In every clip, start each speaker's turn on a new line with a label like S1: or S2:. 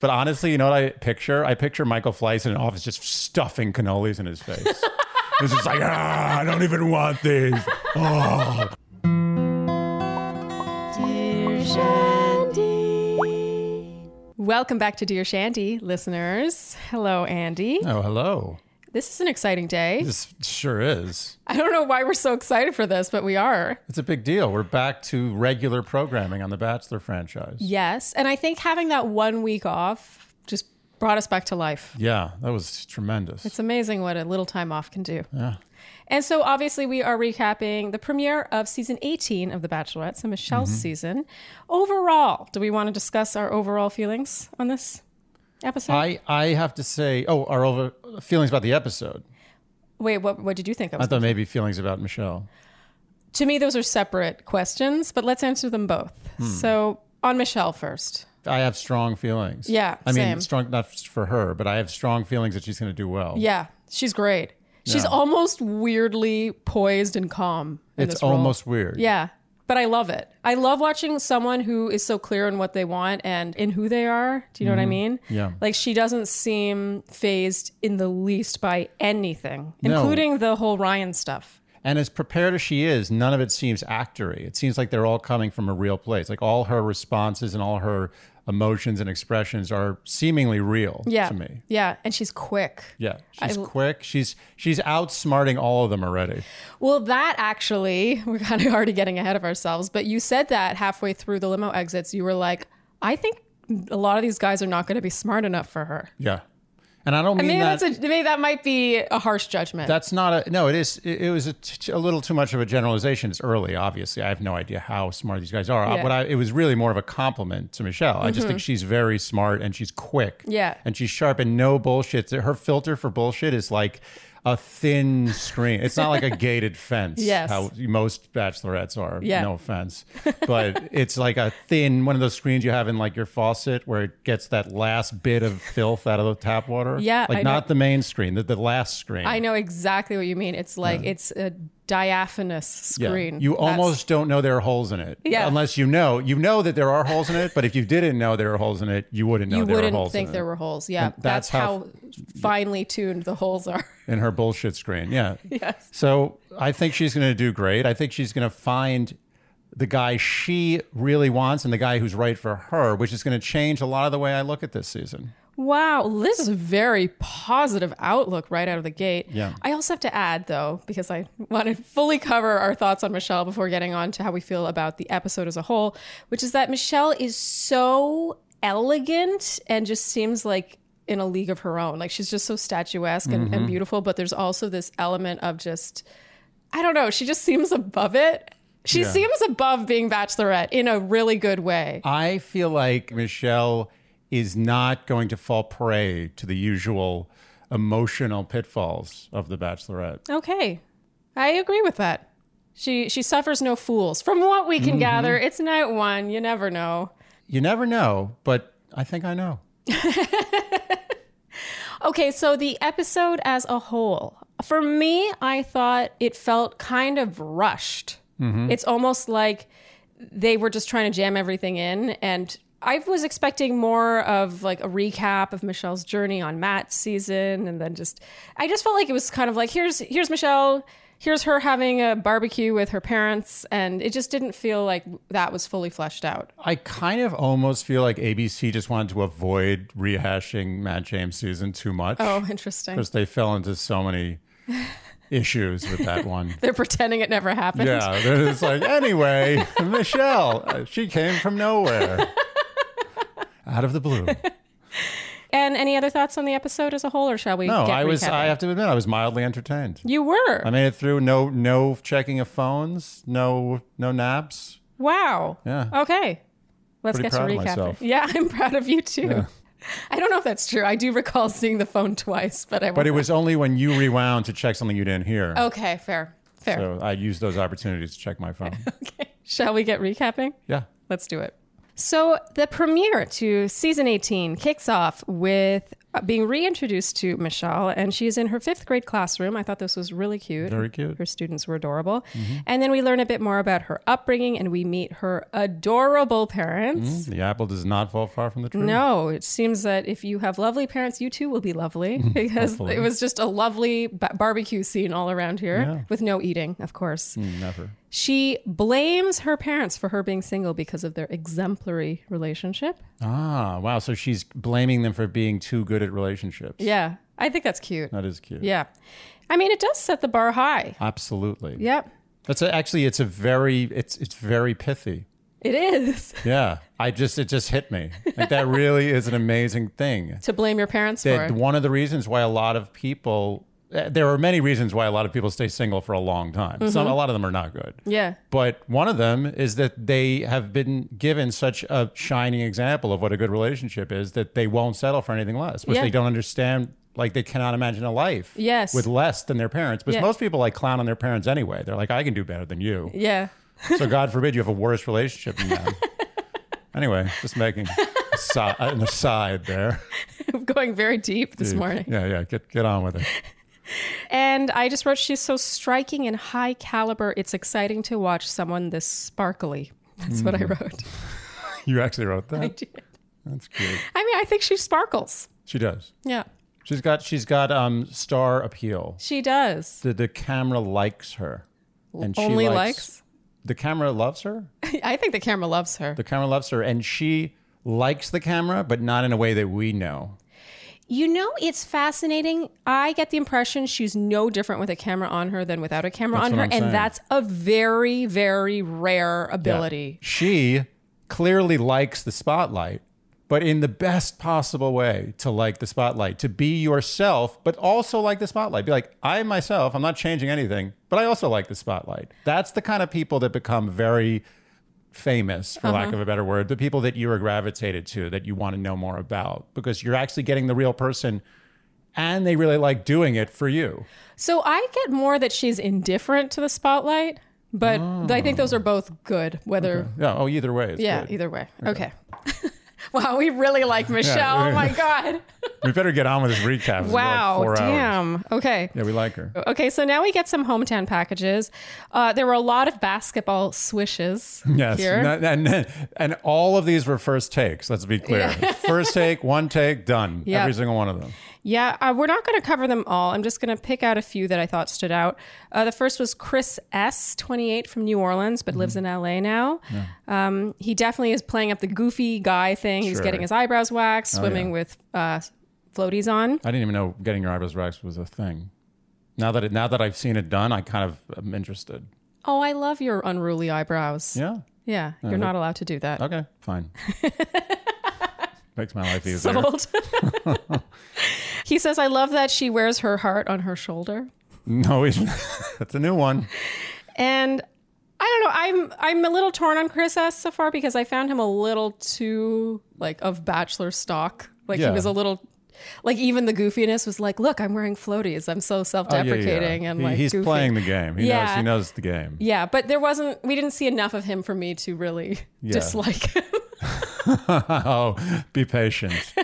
S1: But honestly, you know what I picture? I picture Michael Fleiss in an office just stuffing cannolis in his face. He's just like, ah, I don't even want these. Oh.
S2: Dear Shandy. Welcome back to Dear Shandy, listeners. Hello, Andy.
S1: Oh, hello.
S2: This is an exciting day.
S1: This sure is.
S2: I don't know why we're so excited for this, but we are.
S1: It's a big deal. We're back to regular programming on the Bachelor franchise.
S2: Yes. And I think having that one week off just brought us back to life.
S1: Yeah, that was tremendous.
S2: It's amazing what a little time off can do.
S1: yeah.
S2: And so, obviously, we are recapping the premiere of season 18 of The Bachelorette, so Michelle's season. Overall, do we want to discuss our overall feelings on this episode?
S1: I, I have to say, oh, our over feelings about the episode.
S2: Wait, what, what did you think? I
S1: I
S2: was,
S1: thought maybe feelings about Michelle.
S2: to me, those are separate questions, but let's answer them both.
S1: Hmm.
S2: So, on Michelle first.
S1: I have strong feelings.
S2: Yeah,
S1: I mean,
S2: same.
S1: strong, not for her, but I have strong feelings that she's going to do well.
S2: Yeah, she's great. She's
S1: Yeah.
S2: almost weirdly poised and calm. in
S1: It's
S2: this role.
S1: almost weird.
S2: Yeah. But I love it. I love watching someone who is so clear in what they want and in who they are. Do you know what I mean?
S1: Mm-hmm. Yeah.
S2: Like she doesn't seem phased in the least by anything,
S1: No.
S2: including the whole Ryan stuff.
S1: And as prepared as she is, none of it seems actory. It seems like they're all coming from a real place. Like all her responses and all her emotions and expressions are seemingly real
S2: Yeah.
S1: to me.
S2: Yeah. And she's quick.
S1: Yeah. She's quick. She's she's outsmarting all of them already.
S2: Well, that actually, we're kind of already getting ahead of ourselves, but you said that halfway through the limo exits, you were like, I think a lot of these guys are not going to be smart enough for her.
S1: Yeah. And I don't mean
S2: Maybe,
S1: that
S2: that's a, maybe that might be a harsh judgment.
S1: that's not a no, it is it, it was a, t- a little too much of a generalization. It's early, obviously. I have no idea how smart these guys are.
S2: Yeah. Mm-hmm.
S1: But I, it was really more of a compliment to Michelle. I just think she's very smart and she's quick.
S2: Yeah.
S1: And she's sharp and no bullshit. Her filter for bullshit is like a thin screen. It's not like a gated fence.
S2: Yes.
S1: How most bachelorettes are.
S2: Yeah.
S1: No offense. But it's like a thin one of those screens you have in like your faucet where it gets that last bit of filth out of the tap water.
S2: Yeah,
S1: Like
S2: I know.
S1: not the main screen, the, the last screen.
S2: I know exactly what you mean. It's like it's a diaphanous
S1: Yeah.
S2: screen.
S1: You
S2: That's-
S1: almost don't know there are holes in it.
S2: Yeah.
S1: Unless you know. You know that there are holes in it, but if you didn't know there are holes in it, you wouldn't know
S2: you
S1: there are
S2: wouldn't
S1: holes
S2: think
S1: in
S2: there
S1: it.
S2: were holes. Yeah,
S1: that's
S2: that's,
S1: how-
S2: how, finely tuned the holes are.
S1: In her bullshit screen. Yeah.
S2: yes.
S1: So I think she's going to do great. I think she's going to find the guy she really wants and the guy who's right for her, which is going to change a lot of the way I look at this season.
S2: Wow, this is a very positive outlook right out of the gate.
S1: Yeah.
S2: I also have to add though, because I want to fully cover our thoughts on Michelle before getting on to how we feel about the episode as a whole, which is that Michelle is so elegant and just seems like in a league of her own. Like she's just so statuesque and,
S1: Mm-hmm.
S2: and beautiful, but there's also this element of just I don't know, she just seems above it. She
S1: Yeah.
S2: seems above being bachelorette in a really good way.
S1: I feel like Michelle is not going to fall prey to the usual emotional pitfalls of The Bachelorette.
S2: Okay. I agree with that. She she suffers no fools. From what we can gather, it's night one. You never know.
S1: You never know, but I think I know.
S2: Okay, so the episode as a whole. For me, I thought it felt kind of rushed. It's almost like they were just trying to jam everything in and I was expecting more of like a recap of Michelle's journey on Matt's season and then just I just felt like it was kind of like here's here's Michelle, here's her having a barbecue with her parents and it just didn't feel like that was fully fleshed out.
S1: I kind of almost feel like ABC just wanted to avoid rehashing Matt James season too much
S2: Oh, interesting.
S1: because they fell into so many issues with that one.
S2: They're pretending it never happened.
S1: Yeah, they're just like, anyway, Michelle, uh, she came from nowhere, out of the blue.
S2: And any other thoughts on the episode as a whole, or shall we?
S1: No,
S2: get
S1: I was.
S2: recapping?
S1: I have to admit, I was mildly entertained.
S2: You were.
S1: I made it through. No, no checking of phones. No, no naps.
S2: wow.
S1: Yeah.
S2: Okay. Let's
S1: Pretty
S2: get to
S1: proud of
S2: recapping.
S1: myself.
S2: Yeah, I'm proud of you too. I don't know if that's true. I do recall seeing the phone twice, but I.
S1: But it was only when you rewound to check something you didn't hear.
S2: okay. Fair. Fair.
S1: So I used those opportunities to check my phone.
S2: Shall we get recapping?
S1: Yeah.
S2: Let's do it. So the premiere to season 18 kicks off with uh, being reintroduced to Michelle, and she is in her fifth grade classroom. I thought this was really cute.
S1: Very cute.
S2: Her students were adorable.
S1: Mm-hmm.
S2: And then we learn a bit more about her upbringing, and we meet her adorable parents.
S1: The apple does not fall far from the tree.
S2: No, it seems that if you have lovely parents, you too will be lovely because
S1: Hopefully.
S2: it was just a lovely ba- barbecue scene all around here
S1: Yeah. Mm.
S2: with no eating, of course.
S1: Hmm, Never.
S2: She blames her parents for her being single because of their exemplary relationship.
S1: Ah, wow. So she's blaming them for being too good at relationships.
S2: Yeah, I think that's cute.
S1: That is cute.
S2: Yeah. I mean, it does set the bar high.
S1: Absolutely.
S2: Yep,
S1: That's a, actually it's a very it's it's very pithy.
S2: it is.
S1: Yeah. I just it just hit me. Like that really is an amazing thing.
S2: to blame your parents for
S1: That
S2: it.
S1: one of the reasons why a lot of people eh, there are many reasons why a lot of people stay single for a long time. Some
S2: Mm-hmm.
S1: a lot of them are not good.
S2: Yeah.
S1: But one of them is that they have been given such a shining example of what a good relationship is that they won't settle for anything less, which
S2: Yeah.
S1: they don't understand. Like they cannot imagine a life
S2: Yes.
S1: with less than their parents. But
S2: Yeah.
S1: most people like clown on their parents anyway. They're like, I can do better than you.
S2: Yeah.
S1: So God forbid you have a worse relationship than them. anyway, just making a si- an aside there.
S2: Going very deep this morning.
S1: Yeah, yeah. Get get on with it.
S2: And I just wrote, she's so striking and high caliber. It's exciting to watch someone this sparkly. That's what I
S1: Mm.
S2: wrote.
S1: You actually wrote that.
S2: did.
S1: That's cute.
S2: I mean, I think she sparkles.
S1: She does.
S2: Yeah,
S1: She's got she's got um star appeal.
S2: she does.
S1: the, the camera likes her and
S2: Only
S1: she
S2: likes.
S1: the camera loves her
S2: I think the camera loves her.
S1: the camera loves her and she likes the camera but not in a way that we know
S2: You know, it's fascinating. I get the impression she's no different with a camera on her than without a camera
S1: That's what
S2: on her.
S1: I'm
S2: and
S1: saying.
S2: that's a very, very rare
S1: Yeah.
S2: ability.
S1: she clearly likes the spotlight but in the best possible way to like the spotlight to be yourself but also like the spotlight be like i myself i'm not changing anything but i also like the spotlight that's the kind of people that become very famous, for
S2: Uh-huh.
S1: lack of a better word, the people that you are gravitated to that you want to know more about because you're actually getting the real person and they really like doing it for you.
S2: So I get more that she's indifferent to the spotlight, but
S1: Oh.
S2: I think those are both good, whether
S1: Yeah. Oh, either way. It's
S2: Yeah,
S1: good.
S2: either way. Okay. wow, we really like Michelle. Oh my god.
S1: We better get on with this recap. It's been like
S2: Wow.
S1: four hours.
S2: damn. Okay.
S1: Yeah, we like her.
S2: Okay, so now we get some hometown packages. Uh, there were a lot of basketball swishes
S1: Yes.
S2: here.
S1: And, and, and all of these were first takes. Let's be clear. first take, one take, done.
S2: Yeah.
S1: Every single one of them.
S2: yeah, uh, we're not going to cover them all. I'm just going to pick out a few that I thought stood out. Uh, the first was Chris S, 28 from New Orleans, but lives in
S1: Mm-hmm.
S2: LA now. Um, he definitely is playing up the goofy guy thing. He's
S1: Sure. Oh,
S2: getting his eyebrows waxed, swimming with uh, floaties on.
S1: I didn't even know getting your eyebrows waxed was a thing. Now that it, now that I've seen it done, I kind of am interested.
S2: Oh, I love your unruly eyebrows.
S1: Yeah.
S2: Yeah,
S1: Uh,
S2: you're not allowed to do that.
S1: Okay, fine. Makes my life easier.
S2: Sold. he says, I love that she wears her heart on her shoulder.
S1: No, he's, that's a new one.
S2: And I don't know, I'm I'm a little torn on Chris S so far because I found him a little too like of bachelor stock. Like
S1: Yeah.
S2: he was a little like even the goofiness was like, look, I'm wearing floaties. I'm so self deprecating and
S1: Oh, He-
S2: like
S1: he's
S2: goofy.
S1: playing the game. He knows
S2: Yeah.
S1: he knows the game.
S2: Yeah, but there wasn't we didn't see enough of him for me to really dislike him.
S1: Oh, be patient.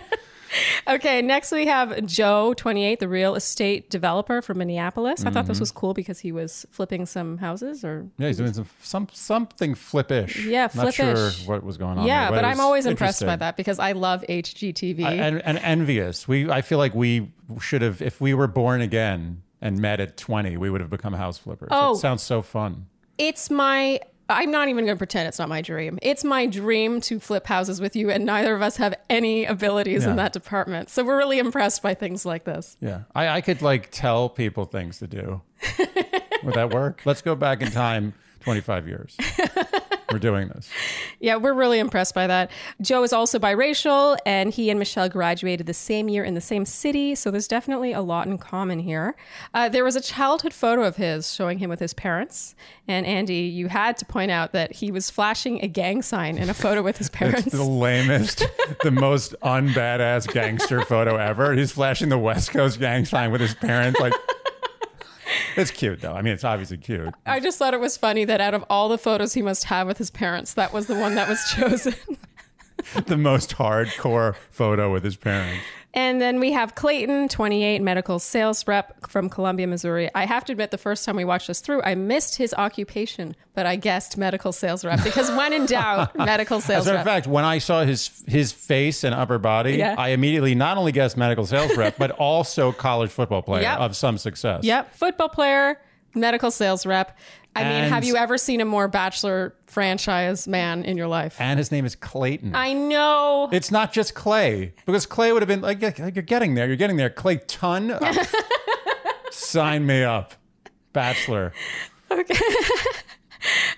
S2: Okay, next we have Joe, 28, the real estate developer from Minneapolis. I
S1: Mm-hmm.
S2: thought this was cool because he was flipping some houses or.
S1: Yeah, he's doing some, some something flippish.
S2: Yeah,
S1: Not sure
S2: flippish.
S1: what was going on.
S2: Yeah,
S1: there,
S2: but
S1: it
S2: I'm
S1: was
S2: always impressed by
S1: interesting.
S2: that because I love HGTV.
S1: And, and envious. We I feel like we should have if we were born again and met at 20, we would have become house flippers.
S2: Oh.
S1: It sounds so fun.
S2: it's my. I'm not even going to pretend it's not my dream. It's my dream to flip houses with you, and neither of us have any abilities
S1: Yeah.
S2: in that department. So we're really impressed by things like this.
S1: Yeah. I, I could like tell people things to do. Would that work? Let's go back in time 25 years. We're doing this.
S2: Yeah, we're really impressed by that. Joe is also biracial, and he and Michelle graduated the same year in the same city, so there's definitely a lot in common here. Uh, there was a childhood photo of his showing him with his parents, and Andy, you had to point out that he was flashing a gang sign in a photo with his parents.
S1: It's the lamest, the most unbadass gangster photo ever. He's flashing the West Coast gang sign with his parents. Like, it's cute though. I mean, it's obviously cute.
S2: I just thought it was funny that out of all the photos he must have with his parents, that was the one that was chosen.
S1: the most hardcore photo with his parents.
S2: And then we have Clayton, 28, medical sales rep from Columbia, Missouri. I have to admit, the first time we watched this through, I missed his occupation, but I guessed medical sales rep because when in doubt, medical
S1: As
S2: sales
S1: a matter
S2: rep.
S1: of fact, when I saw his his face and upper body,
S2: Yeah.
S1: I immediately not only guessed medical sales rep, but also college football player
S2: Yep.
S1: of some success.
S2: Yep, football player, medical sales rep. I mean,
S1: And-
S2: have you ever seen a more bachelor franchise man in your life?
S1: And his name is Clayton.
S2: I know.
S1: it's not just Clay because Clay would have been like, like, you're getting there, you're getting there. Clay, ton up. Sign me up, Bachelor.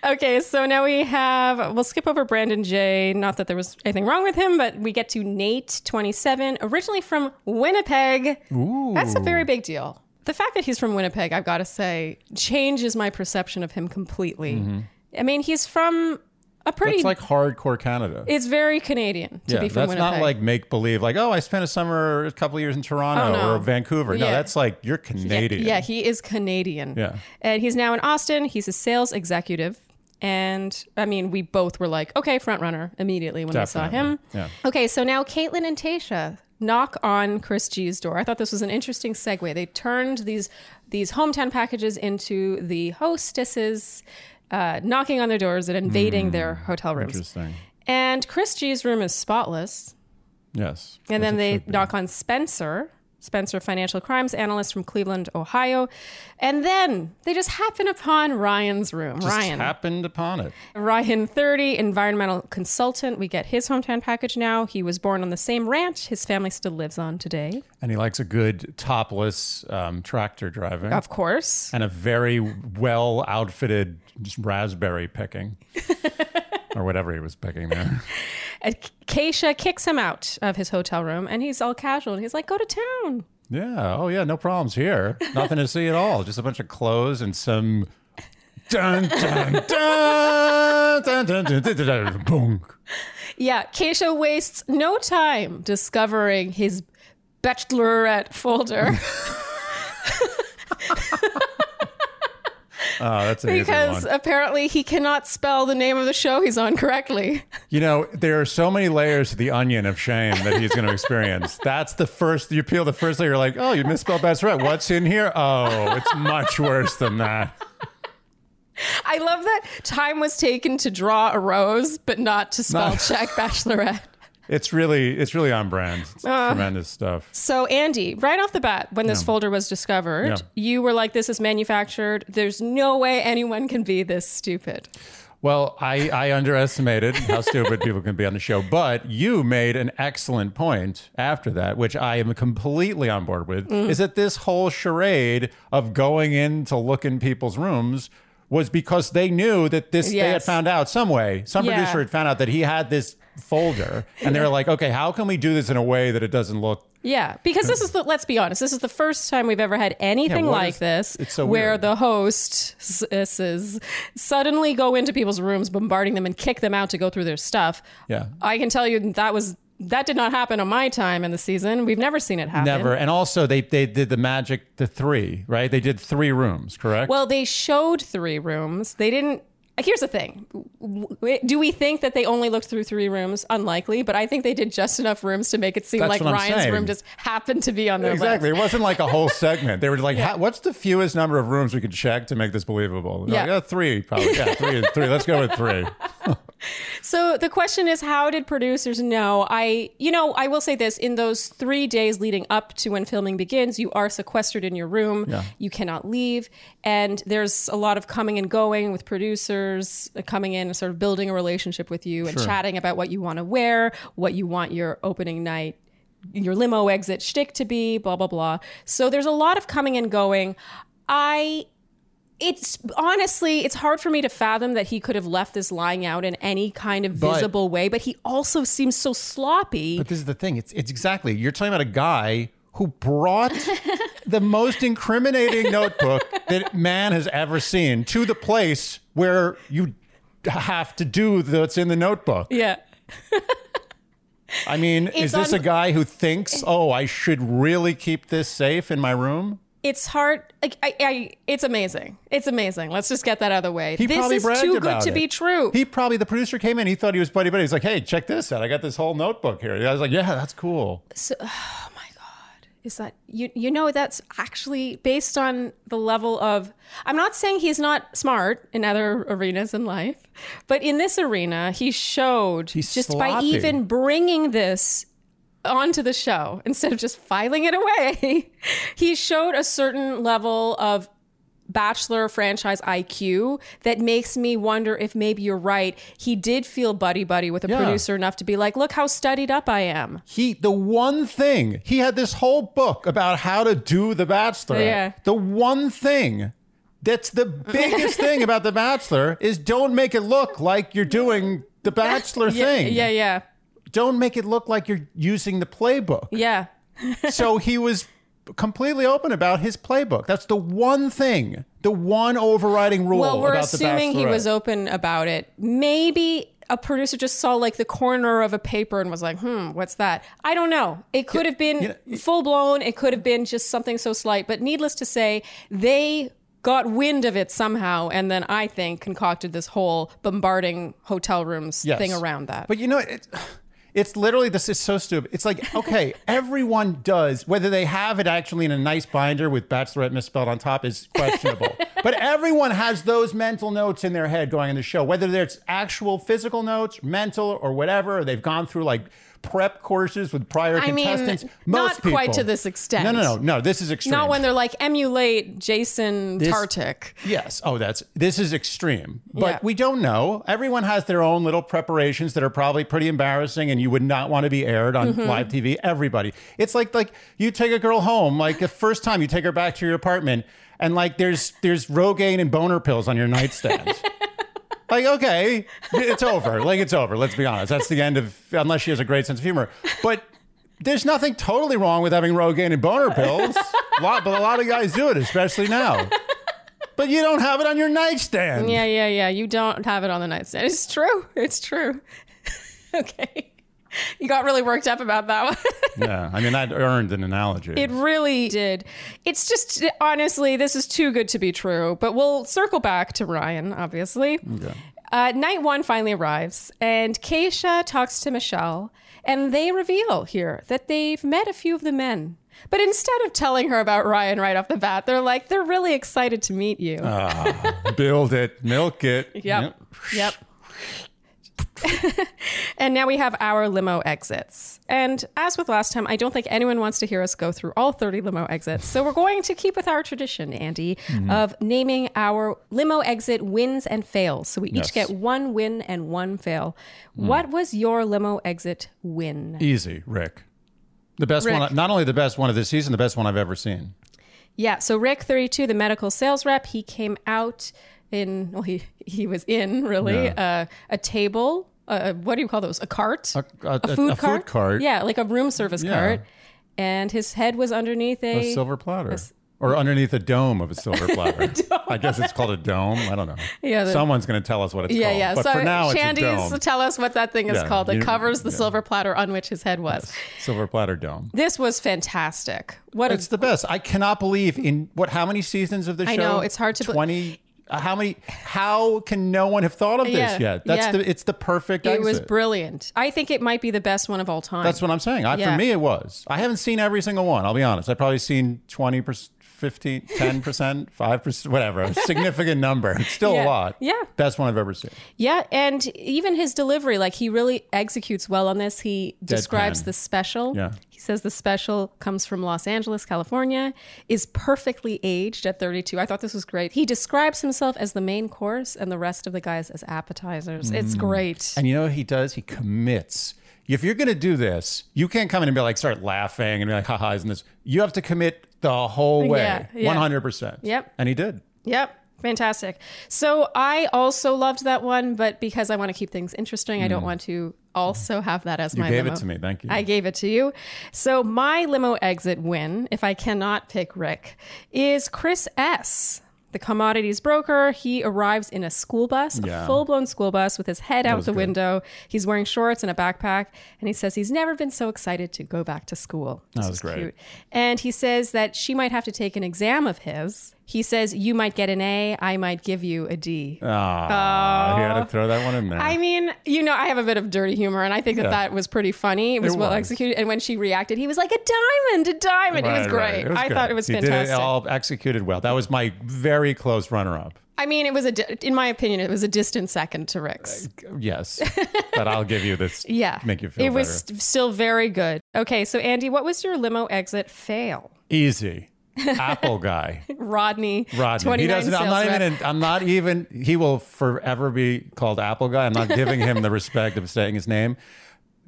S2: Okay, so now we have, we'll skip over Brandon J. Not that there was anything wrong with him, but we get to Nate, 27, originally from Winnipeg.
S1: Ooh,
S2: That's a very big deal. The fact that he's from Winnipeg, I've got to say, changes my perception of him completely. I mean, he's from a pretty.
S1: it's Mm-hmm. like hardcore Canada.
S2: it's very Canadian to
S1: yeah,
S2: be from
S1: that's
S2: Winnipeg.
S1: not like make believe. Like, oh, I spent a summer, a couple of years in Toronto
S2: Oh, no.
S1: or Vancouver. No,
S2: Yeah.
S1: that's like you're Canadian.
S2: Yeah, he is Canadian.
S1: Yeah.
S2: And he's now in Austin. He's a sales executive. And I mean, we both were like, okay, front runner immediately when we saw
S1: Definitely.
S2: him.
S1: Yeah.
S2: Okay, so now Caitlin and Tasha knock on Chris G's door. I thought this was an interesting segue. They turned these these hometown packages into the hostesses uh, knocking on their doors and invading their hotel rooms.
S1: Hmm. Interesting.
S2: And Chris G's room is spotless.
S1: Yes.
S2: And
S1: As
S2: then
S1: it
S2: they
S1: should be.
S2: knock on Spencer, Spencer, financial crimes analyst from Cleveland, Ohio. And then they just happen upon Ryan's room.
S1: Just
S2: Ryan.
S1: happened upon it.
S2: Ryan 30, environmental consultant. We get his hometown package now. He was born on the same ranch his family still lives on today,
S1: And he likes a good topless um, tractor driving
S2: of course.
S1: and a very well outfitted raspberry picking or whatever he was picking there.
S2: And Uh, Keisha kicks him out of his hotel room and he's all casual and he's like, go to town.
S1: Yeah. Oh, yeah. No problems here. Nothing to see at all. Just a bunch of clothes and some. Dun, dun, dun, dun, dun, dun, dun, dun, dun, boom.
S2: Yeah, Keisha wastes no time discovering his bachelorette folder.
S1: Oh, that's an easy one.
S2: because apparently he cannot spell the name of the show he's on correctly.
S1: You know, there are so many layers to the onion of shame that he's going to experience. That's the first, you peel the first layer, you're like, oh, you misspelled bachelorette. What's in here? Oh, it's much worse than that.
S2: I love that time was taken to draw a rose, but not to spell
S1: Not-
S2: check Bachelorette.
S1: It's really, it's really on brand. It's tremendous stuff.
S2: So, Andy, right off the bat, when this folder was discovered,
S1: Yeah.
S2: you were like, this is manufactured. There's no way anyone can be this stupid.
S1: Well, I, I underestimated how stupid people can be on the show, but you made an excellent point after that, which I am completely on board with,
S2: Mm-hmm.
S1: is that this whole charade of going in to look in people's rooms was because they knew that this they had
S2: Yes.
S1: found out some way, some
S2: Yeah.
S1: producer had found out that he had this folder, and they were like, okay, how can we do this in a way that it doesn't look
S2: Yeah, because this is the let's be honest, this is the first time we've ever had anything
S1: what
S2: like
S1: is-
S2: this
S1: it's so
S2: where
S1: weird.
S2: the hosts suddenly go into people's rooms bombarding them and kick them out to go through their stuff.
S1: Yeah.
S2: I can tell you that was that did not happen on my time in the season. We've never seen it happen.
S1: never? And also, they they did the magic, the three, right? They did three rooms, correct?
S2: Well, they showed three rooms. They didn't Here's the thing. W- Do we think that they only looked through three rooms? Unlikely, but I think they did just enough rooms to make it seem
S1: That's
S2: like
S1: what I'm
S2: Ryan's
S1: saying.
S2: room just happened to be on their list.
S1: Exactly. It wasn't like a whole segment. They were like, "How- "What's the fewest number of rooms we could check to make this believable?" And they're
S2: Yeah.
S1: like, "Oh, three, probably. Yeah, three, is- three. Let's go with three.
S2: So the question is, how did producers know? I, you know, I will say this: in those three days leading up to when filming begins, you are sequestered in your room.
S1: Yeah.
S2: You cannot leave, and there's a lot of coming and going with producers uh, coming in and sort of building a relationship with you and chatting about what you want to wear, what you want your opening night your limo exit shtick to be, blah blah blah. So there's a lot of coming and going. I it's honestly it's hard for me to fathom that he could have left this lying out in any kind of
S1: But-
S2: visible way, but he also seems so sloppy.
S1: But this is the thing. It's it's exactly. You're talking about a guy who brought the most incriminating notebook that man has ever seen to the place where you have to do that's in the notebook.
S2: yeah.
S1: I mean, is this
S2: on-
S1: a guy who thinks, "Oh, I should really keep this safe in my room"?
S2: it's hard. Like I, I, it's amazing. It's amazing. Let's just get that out of the way.
S1: He
S2: this
S1: probably
S2: is
S1: bragged
S2: too good
S1: about
S2: to
S1: it.
S2: be true.
S1: He probably the producer came in. He thought he was buddy buddy. He's like, "Hey, check this out. I got this whole notebook here." I was like, "Yeah, that's cool."
S2: is that you you know that's actually based on the level of I'm not saying he's not smart in other arenas in life, but in this arena he showed
S1: He's
S2: just by
S1: sloppy.
S2: even bringing this onto the show instead of just filing it away. he showed a certain level of bachelor franchise IQ that makes me wonder if maybe you're right. He did feel buddy buddy with a
S1: Yeah.
S2: producer enough to be like, "Look how studied up I am."
S1: He the one thing he had this whole book about how to do the Bachelor.
S2: Yeah.
S1: The one thing that's the biggest thing about the Bachelor is don't make it look like you're doing the Bachelor thing.
S2: Yeah, yeah.
S1: Don't make it look like you're using the playbook.
S2: Yeah.
S1: so he was completely open about his playbook. That's the one thing, the one overriding rule.
S2: Well, we're
S1: about
S2: assuming
S1: the
S2: he was
S1: Bachelorette.
S2: open about it. Maybe a producer just saw like the corner of a paper and was like, "Hmm, what's that?" I don't know. It could have been
S1: you know, y-
S2: full blown. It could have been just something so slight. But needless to say, they got wind of it somehow, and then I think concocted this whole bombarding hotel rooms
S1: Yes.
S2: thing around that.
S1: But you know, it, it's literally this is so stupid. It's like okay, everyone does whether they have it actually in a nice binder with bachelorette misspelled on top is questionable. but everyone has those mental notes in their head going in the show, whether there's actual physical notes, mental or whatever. Or they've gone through like prep courses with prior
S2: I mean,
S1: contestants.
S2: not
S1: Most
S2: quite
S1: people-
S2: to this extent.
S1: No, no, no, no. This is extreme.
S2: Not when they're like emulate Jason Tartik.
S1: Yes. Oh, that's this is extreme, but
S2: Yeah.
S1: we don't know. Everyone has their own little preparations that are probably pretty embarrassing, and you would not want to be aired on live TV. Everybody, it's like like you take a girl home, like the first time you take her back to your apartment, and like there's there's Rogaine and boner pills on your nightstand. like okay, it's over. Like it's over. Let's be honest. That's the end of unless she has a great sense of humor, but. There's nothing totally wrong with having Rogaine and boner pills, a lot, but a lot of guys do it, especially now. But you don't have it on your nightstand.
S2: Yeah, yeah, yeah. You don't have it on the nightstand. It's true. It's true. okay. You got really worked up about that one.
S1: Yeah, I mean, that earned an analogy.
S2: it really did. It's just, honestly, this is too good to be true. But we'll circle back to Ryan, obviously. Uh, night one finally arrives, and Keisha talks to Michelle, and they reveal here that they've met a few of the men. But instead of telling her about Ryan right off the bat, they're like, they're really excited to meet you.
S1: Build it, milk it.
S2: Yep. Yep. and now we have our limo exits. And as with last time, I don't think anyone wants to hear us go through all 30 limo exits. So we're going to keep with our tradition, Andy,
S1: Mm-hmm.
S2: of naming our limo exit wins and fails. So we each
S1: Yes. Mm.
S2: get one win and one fail. What was your limo exit win?
S1: Easy, Rick. The best
S2: Rick.
S1: one, not only the best one of this season, the best one I've ever seen.
S2: Yeah, so Rick 32, the medical sales rep, he came out in, well, he, he was in really uh, a table. Uh, what do you call those? A cart?
S1: A, a- a-
S2: food
S1: a
S2: cart?
S1: food cart,
S2: Yeah, like a room service
S1: Yeah.
S2: cart. And his head was underneath a,
S1: a silver platter. or underneath a dome of a silver platter. I guess it's called a dome. I don't know.
S2: Yeah, the-
S1: Someone's going to tell us what it's
S2: yeah,
S1: called.
S2: yeah.
S1: But
S2: so
S1: for now,
S2: Shandy's
S1: it's a dome.
S2: tell us what that thing is
S1: Yeah,
S2: called that
S1: you-
S2: covers the
S1: yeah.
S2: silver platter on which his head was.
S1: Silver platter dome.
S2: This was fantastic. What a
S1: It's the best. I cannot believe in what how many seasons of the show?
S2: I know, it's hard to bel-
S1: 20 uh, how many how can no one have thought of this
S2: Yeah,
S1: yet? That's
S2: yeah.
S1: the it's the perfect
S2: it
S1: exit.
S2: was brilliant. I think it might be the best one of all time.
S1: That's what I'm saying. I,
S2: Yeah.
S1: For me, it was. I haven't seen every single one. I'll be honest. I've probably seen 20%, 15 10%, 5%, whatever. A significant number. It's still
S2: Yeah.
S1: a lot.
S2: Yeah.
S1: Best one I've ever seen.
S2: Yeah, and even his delivery, like he really executes well on this. He describes the special.
S1: Yeah.
S2: He says the special comes from Los Angeles, California, is perfectly aged at 32. I thought this was great. He describes himself as the main course and the rest of the guys as appetizers. It's great.
S1: Mm. And you know what he does? He commits. If you're going to do this, you can't come in and be like, start laughing and be like, haha, isn't this? You have to commit the whole way,
S2: Yeah, yeah.
S1: 100%.
S2: Yep.
S1: And he did.
S2: Yep. Fantastic. So I also loved that one, but because I want to keep things interesting, I don't want to also have that as my
S1: gave it
S2: limo.
S1: to me. Thank Mm. you.
S2: I gave it to you. So my limo exit win, if I cannot pick Rick, is Chris S. the commodities broker. He arrives in a school bus,
S1: Yeah.
S2: a full blown school bus with his head out
S1: was
S2: the
S1: good.
S2: window. He's wearing shorts and a backpack. And he says he's never been so excited to go back to school. This
S1: was
S2: is
S1: great.
S2: And he says that she might have to take an exam of his. He says, You might get an A, I might give you a D.
S1: Ah, he had to throw that one in there.
S2: I mean, you know, I have a bit of dirty humor, and I think that
S1: Yeah.
S2: that was pretty funny. It was
S1: It
S2: well
S1: was.
S2: executed. And when she reacted, he was like, a diamond, a diamond. it was
S1: Right,
S2: great.
S1: right. It was
S2: I
S1: good.
S2: thought it was
S1: he
S2: fantastic.
S1: Did it all executed well. That was my very close runner-up.
S2: I mean, it was a, di- in my opinion, it was a distant second to Rick's.
S1: Yes, but I'll give you this.
S2: Yeah.
S1: Uh, make you feel
S2: It was
S1: better.
S2: st- still very good. Okay. So, Andy, what was your limo exit fail?
S1: easy. Apple guy,
S2: Rodney.
S1: Rodney.
S2: 29
S1: He doesn't. I'm
S2: sales
S1: not
S2: rep.
S1: even. in- I'm not even. He will forever be called Apple guy. I'm not giving him the respect of saying his name.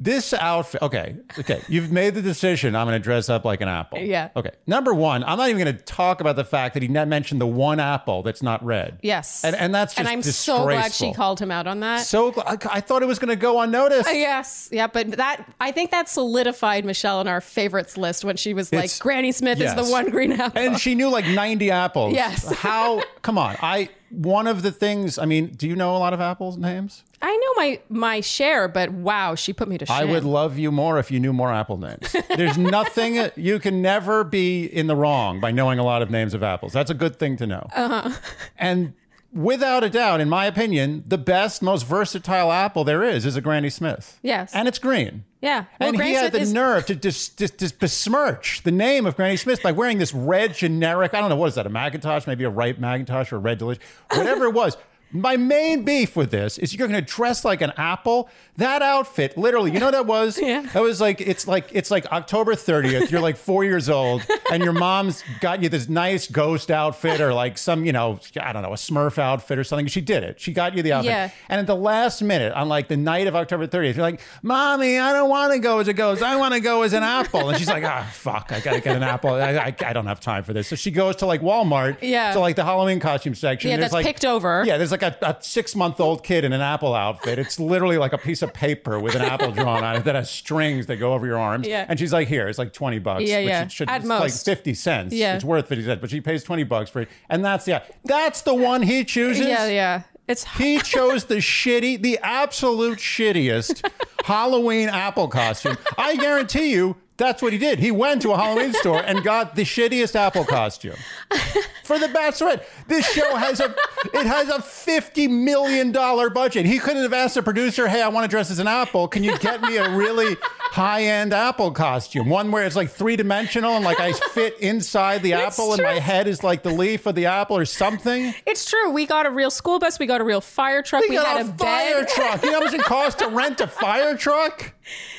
S1: This outfit. Okay. Okay. You've made the decision. I'm going to dress up like an apple.
S2: Yeah.
S1: Okay. Number one, I'm not even going to talk about the fact that he not mentioned the one apple that's not red.
S2: Yes.
S1: And, and that's just
S2: and I'm so glad she
S1: disgraceful.
S2: called him out on that.
S1: So gl- I, I thought it was going to go unnoticed.
S2: Yes, yeah, but that I think that solidified Michelle in our favorites list when she was like,
S1: It's-
S2: "Granny Smith is
S1: yes.
S2: the one green apple."
S1: and she knew like 90 apples.
S2: Yes.
S1: How? Come on. I one of the things. I mean, do you know a lot of apples names?
S2: I know my my share, but wow, she put me to shame.
S1: I would love you more if you knew more apple names. There's nothing you can never be in the wrong by knowing a lot of names of apples. That's a good thing to know. Uh-huh. And without a doubt, in my opinion, the best, most versatile apple there is is a Granny Smith.
S2: Yes.
S1: And it's green.
S2: yeah, well,
S1: and
S2: Granny
S1: he had
S2: Smith
S1: the
S2: is
S1: nerve to dis, dis, dis, besmirch the name of Granny Smith by wearing this red generic. I don't know what is that a Macintosh, maybe a ripe Macintosh or a red delish, whatever it was. My main beef with this is you're going to dress like an apple. That outfit, literally, you know what that was?
S2: Yeah.
S1: That was like it's like it's like October 30th. You're like four years old, and your mom's got you this nice ghost outfit or like some you know I don't know a Smurf outfit or something. She did it. She got you the outfit.
S2: Yeah.
S1: And at the last minute, on like the night of October 30th, you're like, Mommy, I don't want to go as a ghost. I want to go as an apple. And she's like, Ah, fuck, I got to get an apple. I, I, I don't have time for this. So she goes to like Walmart,
S2: Yeah.
S1: to like the Halloween costume section.
S2: Yeah,
S1: There's,
S2: that's
S1: like,
S2: picked over.
S1: Yeah, there's like a, a six month old kid in an apple outfit. It's literally like a piece of paper with an apple drawn on it that has strings that go over your arms.
S2: Yeah.
S1: And she's like, Here, it's like 20 bucks.
S2: Yeah,
S1: which
S2: yeah.
S1: It should,
S2: At
S1: it's like
S2: most.
S1: 50 cents.
S2: Yeah.
S1: It's worth 50 cents, but she pays 20 bucks for it. And that's, yeah, that's the one he chooses.
S2: yeah, yeah. It's
S1: He chose the shitty, the absolute shittiest Halloween apple costume. I guarantee you that's what he did. He went to a Halloween store and got the shittiest apple costume. For the Bachelorette. This show has a it has a fifty million dollar budget. He couldn't have asked the producer, hey, I want to dress as an apple. Can you get me a really high-end apple costume? One where it's like three-dimensional and like I fit inside the
S2: That's
S1: apple and
S2: true.
S1: my head is like the leaf of the apple or something.
S2: it's true. We got a real school bus. We got a real fire truck. We,
S1: We got
S2: had
S1: a,
S2: a
S1: fire
S2: bed.
S1: truck. You know how much it costs to rent a fire truck?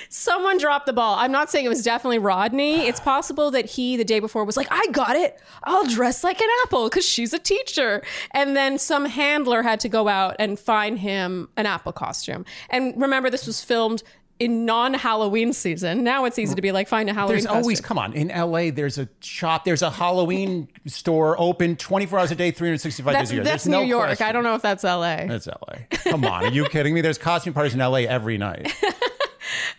S2: Someone dropped the ball. I'm not saying it was definitely Rodney. It's possible that he the day before was like, "I got it. I'll dress like an apple because she's a teacher," and then some handler had to go out and find him an apple costume. And remember, this was filmed in non-Halloween season. Now it's easy to be like, find a Halloween.
S1: There's always,
S2: costume.
S1: come on, in LA, there's a shop, there's a Halloween store open 24 hours a day, 365
S2: that's
S1: days a year.
S2: that's
S1: There's no
S2: New York.
S1: question.
S2: I don't know if that's L.A.
S1: It's LA. Come on, are you kidding me? There's costume parties in LA every night.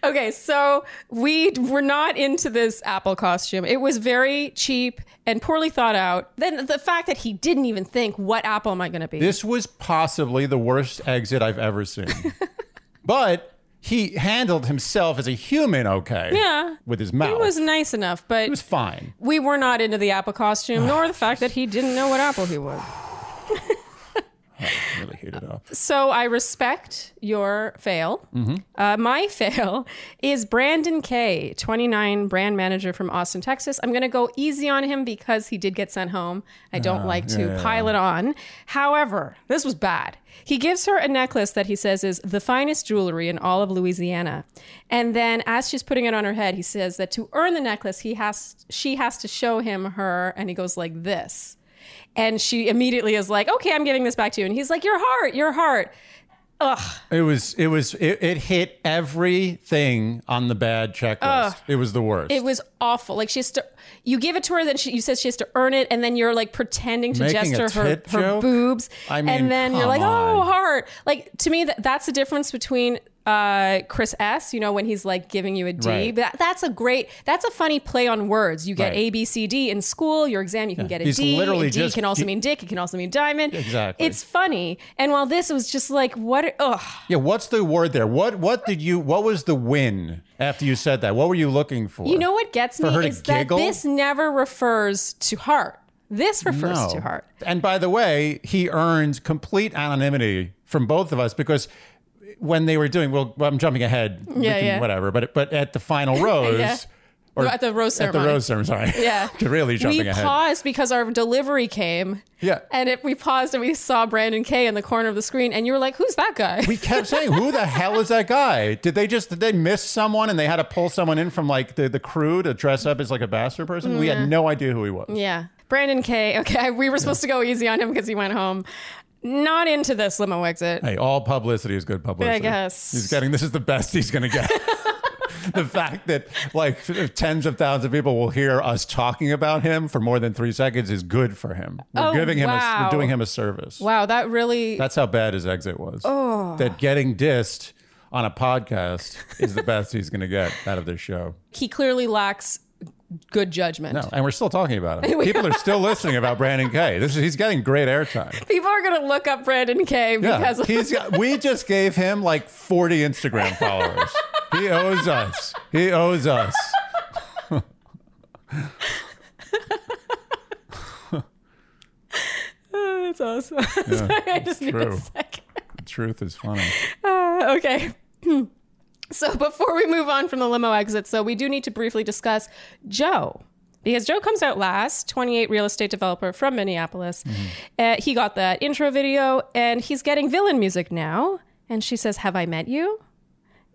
S2: Okay, so we were not into this Apple costume. It was very cheap and poorly thought out. Then the fact that he didn't even think, what Apple am I going to be?
S1: This was possibly the worst exit I've ever seen. but he handled himself as a human okay.
S2: Yeah.
S1: With his mouth.
S2: it was nice enough, but
S1: It was fine.
S2: we were not into the Apple costume, nor the fact that he didn't know what Apple he was.
S1: I really heated up.
S2: So I respect your fail. Uh, my fail is Brandon K, 29, brand manager from Austin, Texas. I'm going to go easy on him because he did get sent home. I don't like to
S1: yeah, yeah,
S2: pile it on. However, this was bad. He gives her a necklace that he says is the finest jewelry in all of Louisiana. And then as she's putting it on her head, he says that to earn the necklace, he has she has to show him her and he goes like this. And she immediately is like, okay, I'm giving this back to you. And he's like, your heart, your heart.
S1: It was it was it, it hit everything on the bad checklist. it was the worst.
S2: It was awful. Like she has to, you give it to her, then she, you says she has to earn it, and then you're like pretending to
S1: Making a
S2: gesture her,
S1: tit
S2: her
S1: joke?
S2: boobs,
S1: I mean,
S2: and then you're
S1: come
S2: like,
S1: on.
S2: oh, heart. Like to me, that, that's the difference between uh, Chris S. You know when he's like giving you a D.
S1: Right.
S2: But that, that's a great. That's a funny play on words. You get
S1: Right.
S2: A B C D in school. Your exam, you can get a D.
S1: He's literally
S2: a D
S1: just-
S2: can also
S1: he-
S2: mean dick. It can also mean diamond.
S1: Exactly.
S2: It's funny. And while this was just like what? Ugh.
S1: Yeah, what's the word there? What what did you what was the win after you said that? What were you looking for?
S2: You know what gets
S1: For
S2: me
S1: her to
S2: is that
S1: giggle?
S2: this never refers to heart. This refers
S1: No.
S2: to heart.
S1: And by the way, he earned complete anonymity from both of us because when they were doing well, I'm jumping ahead, we
S2: Yeah, yeah.
S1: whatever. But but at the final rose,
S2: Yeah.
S1: or
S2: At the rose
S1: at the
S2: ceremony.
S1: rose ceremony, sorry,
S2: Yeah.
S1: really jumping
S2: we
S1: ahead.
S2: paused because our delivery came.
S1: Yeah.
S2: And it, we paused and we saw Brandon Kay in the corner of the screen, and you were like, "Who's that guy?"
S1: we kept saying, "Who the hell is that guy? Did they just did they miss someone and they had to pull someone in from like the, the crew to dress up as like a bastard person?" We had no idea who he was.
S2: Mm. yeah. Brandon Kay. Okay, we were supposed to go easy on him because he went home. Not into this limo exit.
S1: Hey, all publicity is good publicity.
S2: I guess.
S1: He's getting this is the best he's going to get. the fact that like tens of thousands of people will hear us talking about him for more than 3 seconds is good for him. We're
S2: Oh,
S1: giving him a,
S2: wow.
S1: we're doing him a service.
S2: Wow, that really.
S1: That's how bad his exit was. Oh. That getting dissed on a podcast is the best he's going to get out of this show.
S2: he clearly lacks good judgment.
S1: No, and we're still talking about him. People are still listening about Brandon Kay. This is, he's getting great airtime.
S2: People are gonna look up Brandon Kay
S1: Yeah,
S2: because of
S1: he's got, we just gave him like 40 Instagram followers. he owes us. He owes us.
S2: that's awesome. Sorry, I just need
S1: true.
S2: a second.
S1: The truth is funny.
S2: Uh, okay. So before we move on from the limo exit, so we do need to briefly discuss Joe. Because Joe comes out last, 28 real estate developer from Minneapolis. Uh, he got that intro video and he's getting villain music now. And she says, Have I met you?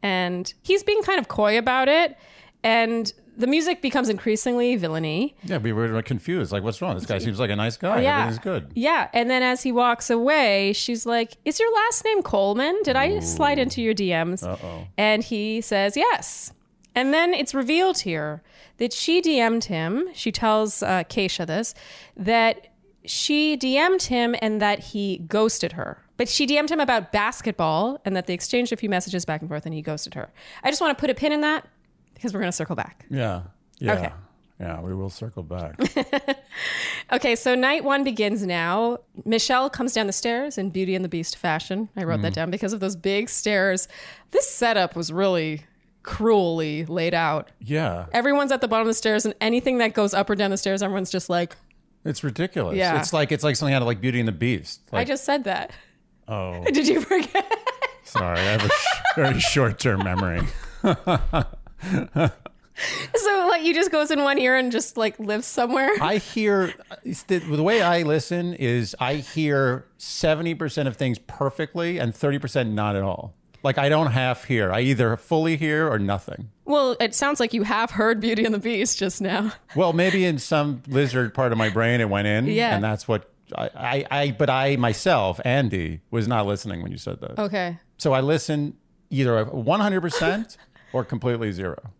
S2: And he's being kind of coy about it. And the music becomes increasingly villainy.
S1: Yeah, we were confused. Like, what's wrong? This guy seems like a nice guy.
S2: Oh, Yeah.
S1: Everything's good.
S2: Yeah. And then as he walks away, she's like, Is your last name Coleman? Did I slide into your DMs?
S1: Uh-oh.
S2: And he says, Yes. And then it's revealed here that she DM'd him. She tells uh, Keisha this that she DM'd him and that he ghosted her. But she DM'd him about basketball and that they exchanged a few messages back and forth and he ghosted her. I just want to put a pin in that because we're going to circle back.
S1: Yeah. Yeah.
S2: Okay.
S1: Yeah, we will circle back.
S2: Okay, so night one begins now. Michelle comes down the stairs in Beauty and the Beast fashion. I
S1: Mm-hmm.
S2: wrote that down because of those big stairs. This setup was really cruelly laid out.
S1: Yeah.
S2: Everyone's at the bottom of the stairs, and anything that goes up or down the stairs, everyone's just like,
S1: It's ridiculous.
S2: Yeah.
S1: It's like it's like something out of like Beauty and the Beast.
S2: I
S1: Like,
S2: just said that.
S1: oh,
S2: Did you forget?
S1: sorry. I have a sh- very short term memory.
S2: so, like, you just goes in one ear and just like lives somewhere.
S1: I hear it's the, the way I listen is I hear 70% of things perfectly and 30% not at all. Like I don't half hear. I either fully hear or nothing.
S2: well, it sounds like you have heard Beauty and the Beast just now.
S1: Well, maybe in some lizard part of my brain it went in.
S2: Yeah.
S1: And that's what I, I, I but I myself, Andy, was not listening when you said that.
S2: Okay.
S1: So I listen either 100% or completely zero.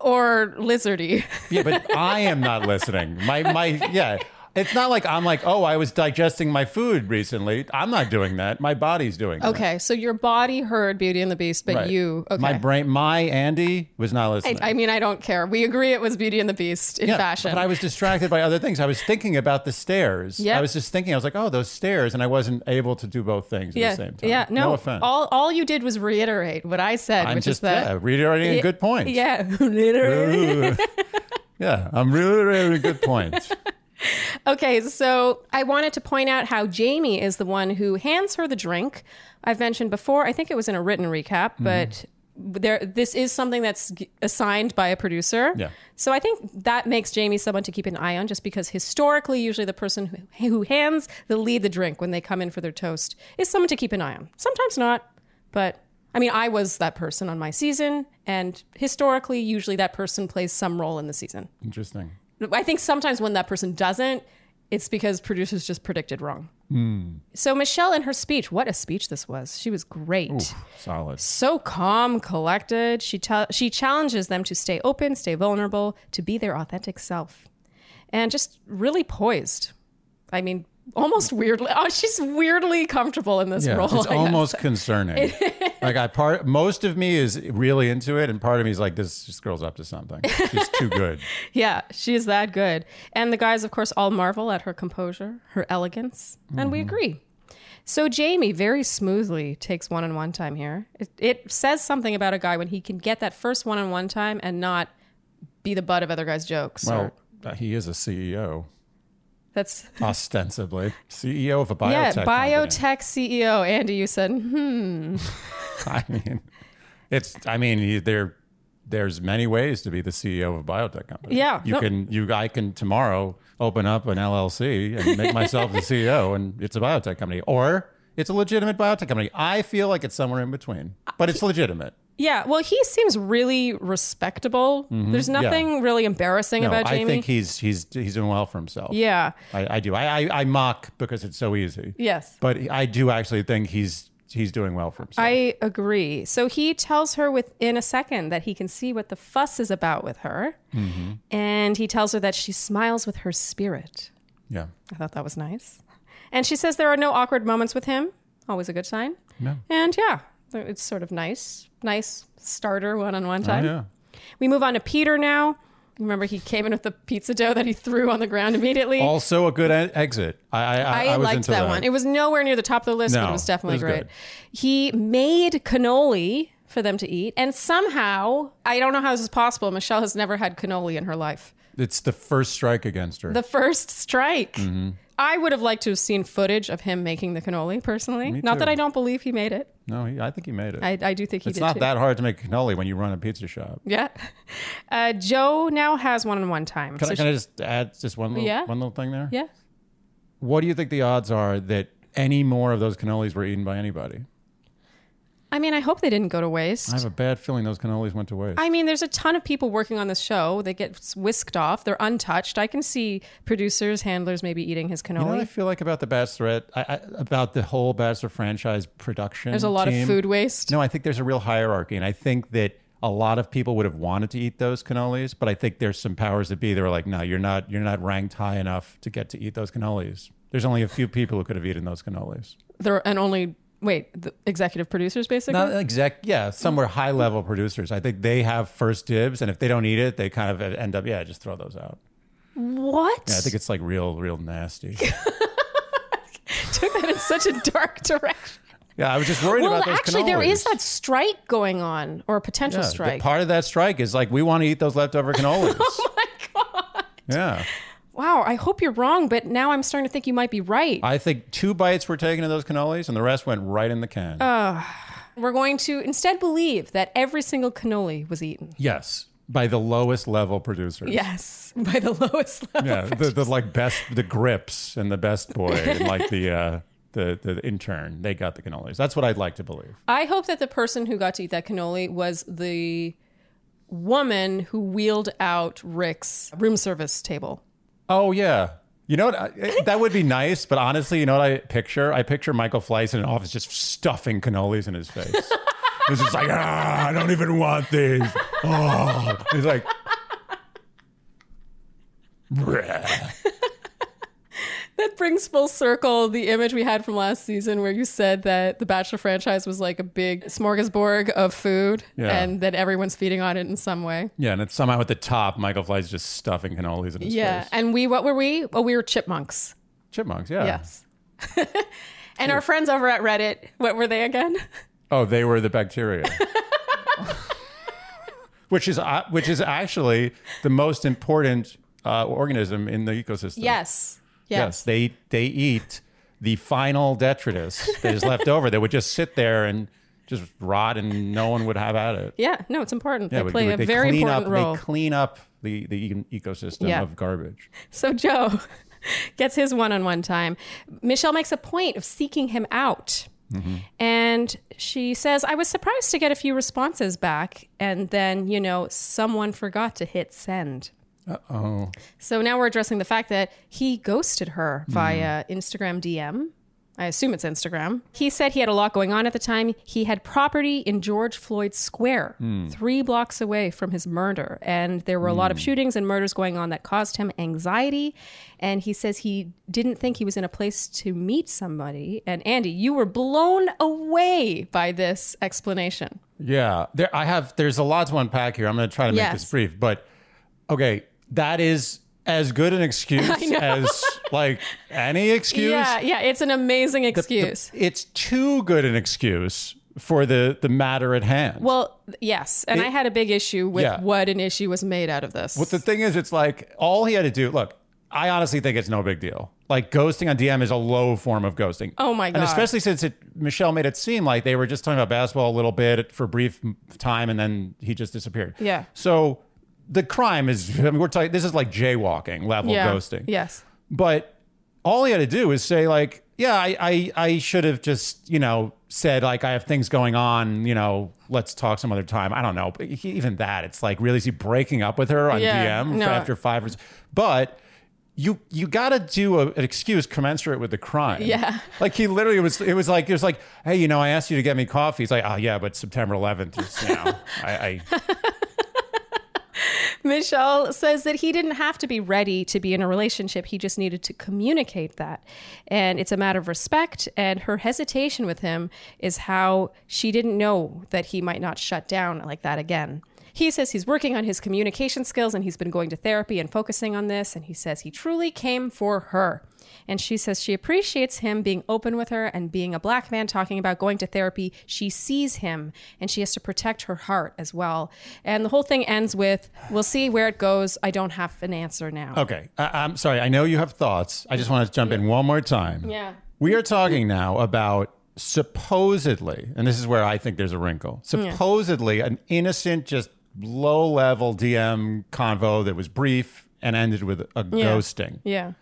S2: Or lizardy.
S1: Yeah, but I am not listening. My my yeah. It's not like I'm like, oh, I was digesting my food recently. I'm not doing that. My body's doing that.
S2: Okay, so your body heard Beauty and the Beast, but
S1: Right.
S2: you, okay.
S1: My brain my Andy was not listening.
S2: I mean, I don't care. We agree it was Beauty and the Beast in
S1: Yeah,
S2: fashion.
S1: But I was distracted by other things. I was thinking about the stairs.
S2: Yep.
S1: I was just thinking, I was like, oh, those stairs. And I wasn't able to do both things at
S2: yeah,
S1: the same time.
S2: yeah. No,
S1: offense.
S2: all all you did was reiterate what I said,
S1: I'm
S2: which
S1: just
S2: is that.
S1: yeah, reiterating a good point.
S2: Yeah, reiterate.
S1: Ooh. yeah, I'm reiterating a good point.
S2: Okay, so I wanted to point out how Jamie is the one who hands her the drink. I've mentioned before. I think it was in a written recap, but there this is something that's g- assigned by a producer.
S1: Yeah.
S2: So I think that makes Jamie someone to keep an eye on, just because historically, usually the person who, who hands the lead the drink when they come in for their toast is someone to keep an eye on. Sometimes not, but I mean, I was that person on my season, and historically, usually that person plays some role in the season.
S1: Interesting.
S2: I think sometimes when that person doesn't, it's because producers just predicted wrong.
S1: Hmm.
S2: So Michelle in her speech, what a speech this was. She was great.
S1: Solid.
S2: So calm, collected. She tell she challenges them to stay open, stay vulnerable, to be their authentic self. And just really poised. I mean, almost weirdly. Oh, she's weirdly comfortable in this
S1: Yeah,
S2: role.
S1: it's
S2: I guess.
S1: almost concerning. like I part most of me is really into it, and part of me is like, this, this girl's up to something. She's too good.
S2: Yeah, she is that good. And the guys, of course, all marvel at her composure, her elegance, and
S1: Mm-hmm.
S2: we agree. So Jamie very smoothly takes one on one time here. It, it says something about a guy when he can get that first one on one time and not be the butt of other guys' jokes. or-
S1: well, uh, he is a CEO,
S2: that's
S1: ostensibly CEO of a biotech.
S2: yeah,
S1: company.
S2: biotech CEO Andy. You said hmm,
S1: I mean, it's. I mean, you- there. There's many ways to be the CEO of a biotech company.
S2: Yeah,
S1: you
S2: no-
S1: can. You, I can tomorrow open up an LLC and make myself the CEO, and it's a biotech company, or it's a legitimate biotech company. I feel like it's somewhere in between, but it's legitimate.
S2: yeah. Well, he seems really respectable. There's nothing really embarrassing
S1: Mm-hmm. No,
S2: about
S1: I
S2: Jamie.
S1: think he's he's he's doing well for himself.
S2: yeah.
S1: I, I do. I, I I mock because it's so easy.
S2: Yes.
S1: But I do actually think he's he's doing well for himself.
S2: I agree. So he tells her within a second that he can see what the fuss is about with her.
S1: Mm-hmm.
S2: And he tells her that she smiles with her spirit.
S1: yeah.
S2: I thought that was nice. And she says there are no awkward moments with him. Always a good sign.
S1: No.
S2: And yeah, it's sort of nice. Nice starter one on one
S1: Oh,
S2: time.
S1: yeah.
S2: We move on to Peter now. Remember, he came in with the pizza dough that he threw on the ground immediately.
S1: Also a good e- exit. I I, I,
S2: I,
S1: I was
S2: liked
S1: into
S2: that, one. It was nowhere near the top of the list, but
S1: No,
S2: it was definitely
S1: it was
S2: great.
S1: good.
S2: He made cannoli for them to eat, and somehow I don't know how this is possible. Michelle has never had cannoli in her life.
S1: It's the first strike against her.
S2: The first strike.
S1: Mm-hmm.
S2: I would have liked to have seen footage of him making the cannoli personally. Not
S1: too.
S2: that I don't believe he made it.
S1: no, he, I think he made it.
S2: I, I do think he
S1: it's
S2: did
S1: not
S2: too.
S1: that hard to make cannoli when you run a pizza shop.
S2: Yeah. Uh, Joe now has one on one time.
S1: Can,
S2: So
S1: I, can
S2: she-
S1: I just add just one little,
S2: Yeah.
S1: one little thing there?
S2: yeah.
S1: What do you think the odds are that any more of those cannolis were eaten by anybody?
S2: I mean, I hope they didn't go to waste.
S1: I have a bad feeling those cannolis went to waste.
S2: I mean, there's a ton of people working on this show. They get whisked off. They're untouched. I can see producers, handlers maybe eating his cannoli.
S1: You know what I feel like about the Bachelorette, I, I, about the whole Bachelor franchise production?
S2: there's a lot
S1: team?
S2: of food waste.
S1: No, I think there's a real hierarchy, and I think that a lot of people would have wanted to eat those cannolis, but I think there's some powers that be that were like, no, you're not, you're not ranked high enough to get to eat those cannolis. There's only a few people who could have eaten those cannolis.
S2: There and only wait, the executive producers basically.
S1: Not exact, yeah. Some were high level producers. I think they have first dibs, and if they don't eat it, they kind of end up, yeah, just throw those out.
S2: what?
S1: Yeah, I think it's like real, real nasty.
S2: took that in such a dark direction.
S1: Yeah, I was just worried
S2: Well,
S1: about those
S2: actually, there is
S1: cannolis.
S2: that strike going on, or a potential
S1: Yeah, the
S2: strike.
S1: Part of that strike is like we want to eat those leftover cannolis. oh my god! Yeah,
S2: wow, I hope you're wrong, but now I'm starting to think you might be right.
S1: I think two bites were taken of those cannolis, and the rest went right in the can.
S2: We're going to instead believe that every single cannoli was eaten.
S1: yes, by the lowest level producers.
S2: Yes, by the lowest level.
S1: yeah, the, the like best, the grips and the best boy, and like the uh, the the intern. They got the cannolis. That's what I'd like to believe.
S2: I hope that the person who got to eat that cannoli was the woman who wheeled out Rick's room service table.
S1: Oh yeah. You know what? I- That would be nice, but honestly, you know what I picture? I picture Michael Fleiss in an office just stuffing cannolis in his face. He's just like, ah, I don't even want these. Oh, he's like, "Bleh."
S2: That brings full circle the image we had from last season where you said that the Bachelor franchise was like a big smorgasbord of food
S1: Yeah.
S2: and that everyone's feeding on it in some way.
S1: yeah, and it's somehow at the top, Michael Fleiss is just stuffing cannolis in his
S2: Yeah.
S1: face.
S2: And we, what were we? Oh, we were chipmunks.
S1: Chipmunks, yeah.
S2: Yes. and our friends over at Reddit, what were they again?
S1: Oh, they were the bacteria. which is uh, which is actually the most important uh, organism in the ecosystem.
S2: Yes.
S1: Yes,
S2: Yes.
S1: they they eat the final detritus that is left over that would just sit there and just rot, and no one would have at it.
S2: Yeah. No, it's important.
S1: Yeah,
S2: they
S1: but
S2: play
S1: they-
S2: a
S1: they
S2: very
S1: clean
S2: important
S1: up,
S2: role.
S1: They clean up the the e- ecosystem
S2: Yeah.
S1: of garbage.
S2: So Joe gets his one on one time. Michelle makes a point of seeking him out. And she says, I was surprised to get a few responses back. And then, you know, someone forgot to hit send.
S1: Oh,
S2: So now we're addressing the fact that he ghosted her via Instagram DM. I assume it's Instagram. He said he had a lot going on at the time. He had property in George Floyd Square, three blocks away from his murder. And there were a lot of shootings and murders going on that caused him anxiety. And he says he didn't think he was in a place to meet somebody. And Andy, you were blown away by this explanation.
S1: Yeah, there I have. There's a lot to unpack here. I'm going to try to make
S2: Yes.
S1: this brief, but okay, that is as good an excuse
S2: know.
S1: as like any excuse.
S2: Yeah, yeah, it's an amazing excuse.
S1: It's too good an excuse for the the matter at hand.
S2: well, yes. And I had a big issue with
S1: Yeah.
S2: what an issue was made out of this.
S1: But the thing is, it's like all he had to do. Look, I honestly think it's no big deal. Like ghosting on DM is a low form of ghosting.
S2: Oh my God.
S1: And especially since it, Michelle made it seem like they were just talking about basketball a little bit for a brief m- time, and then he just disappeared.
S2: Yeah.
S1: So the crime is. I mean, we're talking. This is like jaywalking level
S2: yeah.
S1: ghosting.
S2: Yes.
S1: But all he had to do is say like, yeah, I, I, I should have just, you know, said like, I have things going on, you know, let's talk some other time. I don't know. But he, even that, it's like, really, is he breaking up with her on
S2: Yeah,
S1: DM
S2: no.
S1: after five or s- But you, you got to do a, an excuse commensurate with the crime.
S2: Yeah.
S1: Like he literally was, it was like, it was like, hey, you know, I asked you to get me coffee. He's like, oh yeah, but September 11th is now. I, I,
S2: Michelle says that he didn't have to be ready to be in a relationship. He just needed to communicate that. And it's a matter of respect. And her hesitation with him is how she didn't know that he might not shut down like that again. He says he's working on his communication skills and he's been going to therapy and focusing on this. And he says he truly came for her. And she says she appreciates him being open with her and being a black man talking about going to therapy. She sees him and she has to protect her heart as well. And the whole thing ends with we'll see where it goes. I don't have an answer now.
S1: okay. I, I'm sorry. I know you have thoughts. I just want to jump in one more time.
S2: Yeah.
S1: We are talking now about supposedly, and this is where I think there's a wrinkle. Supposedly, an innocent, just low level DM convo that was brief and ended with a ghosting.
S2: Yeah.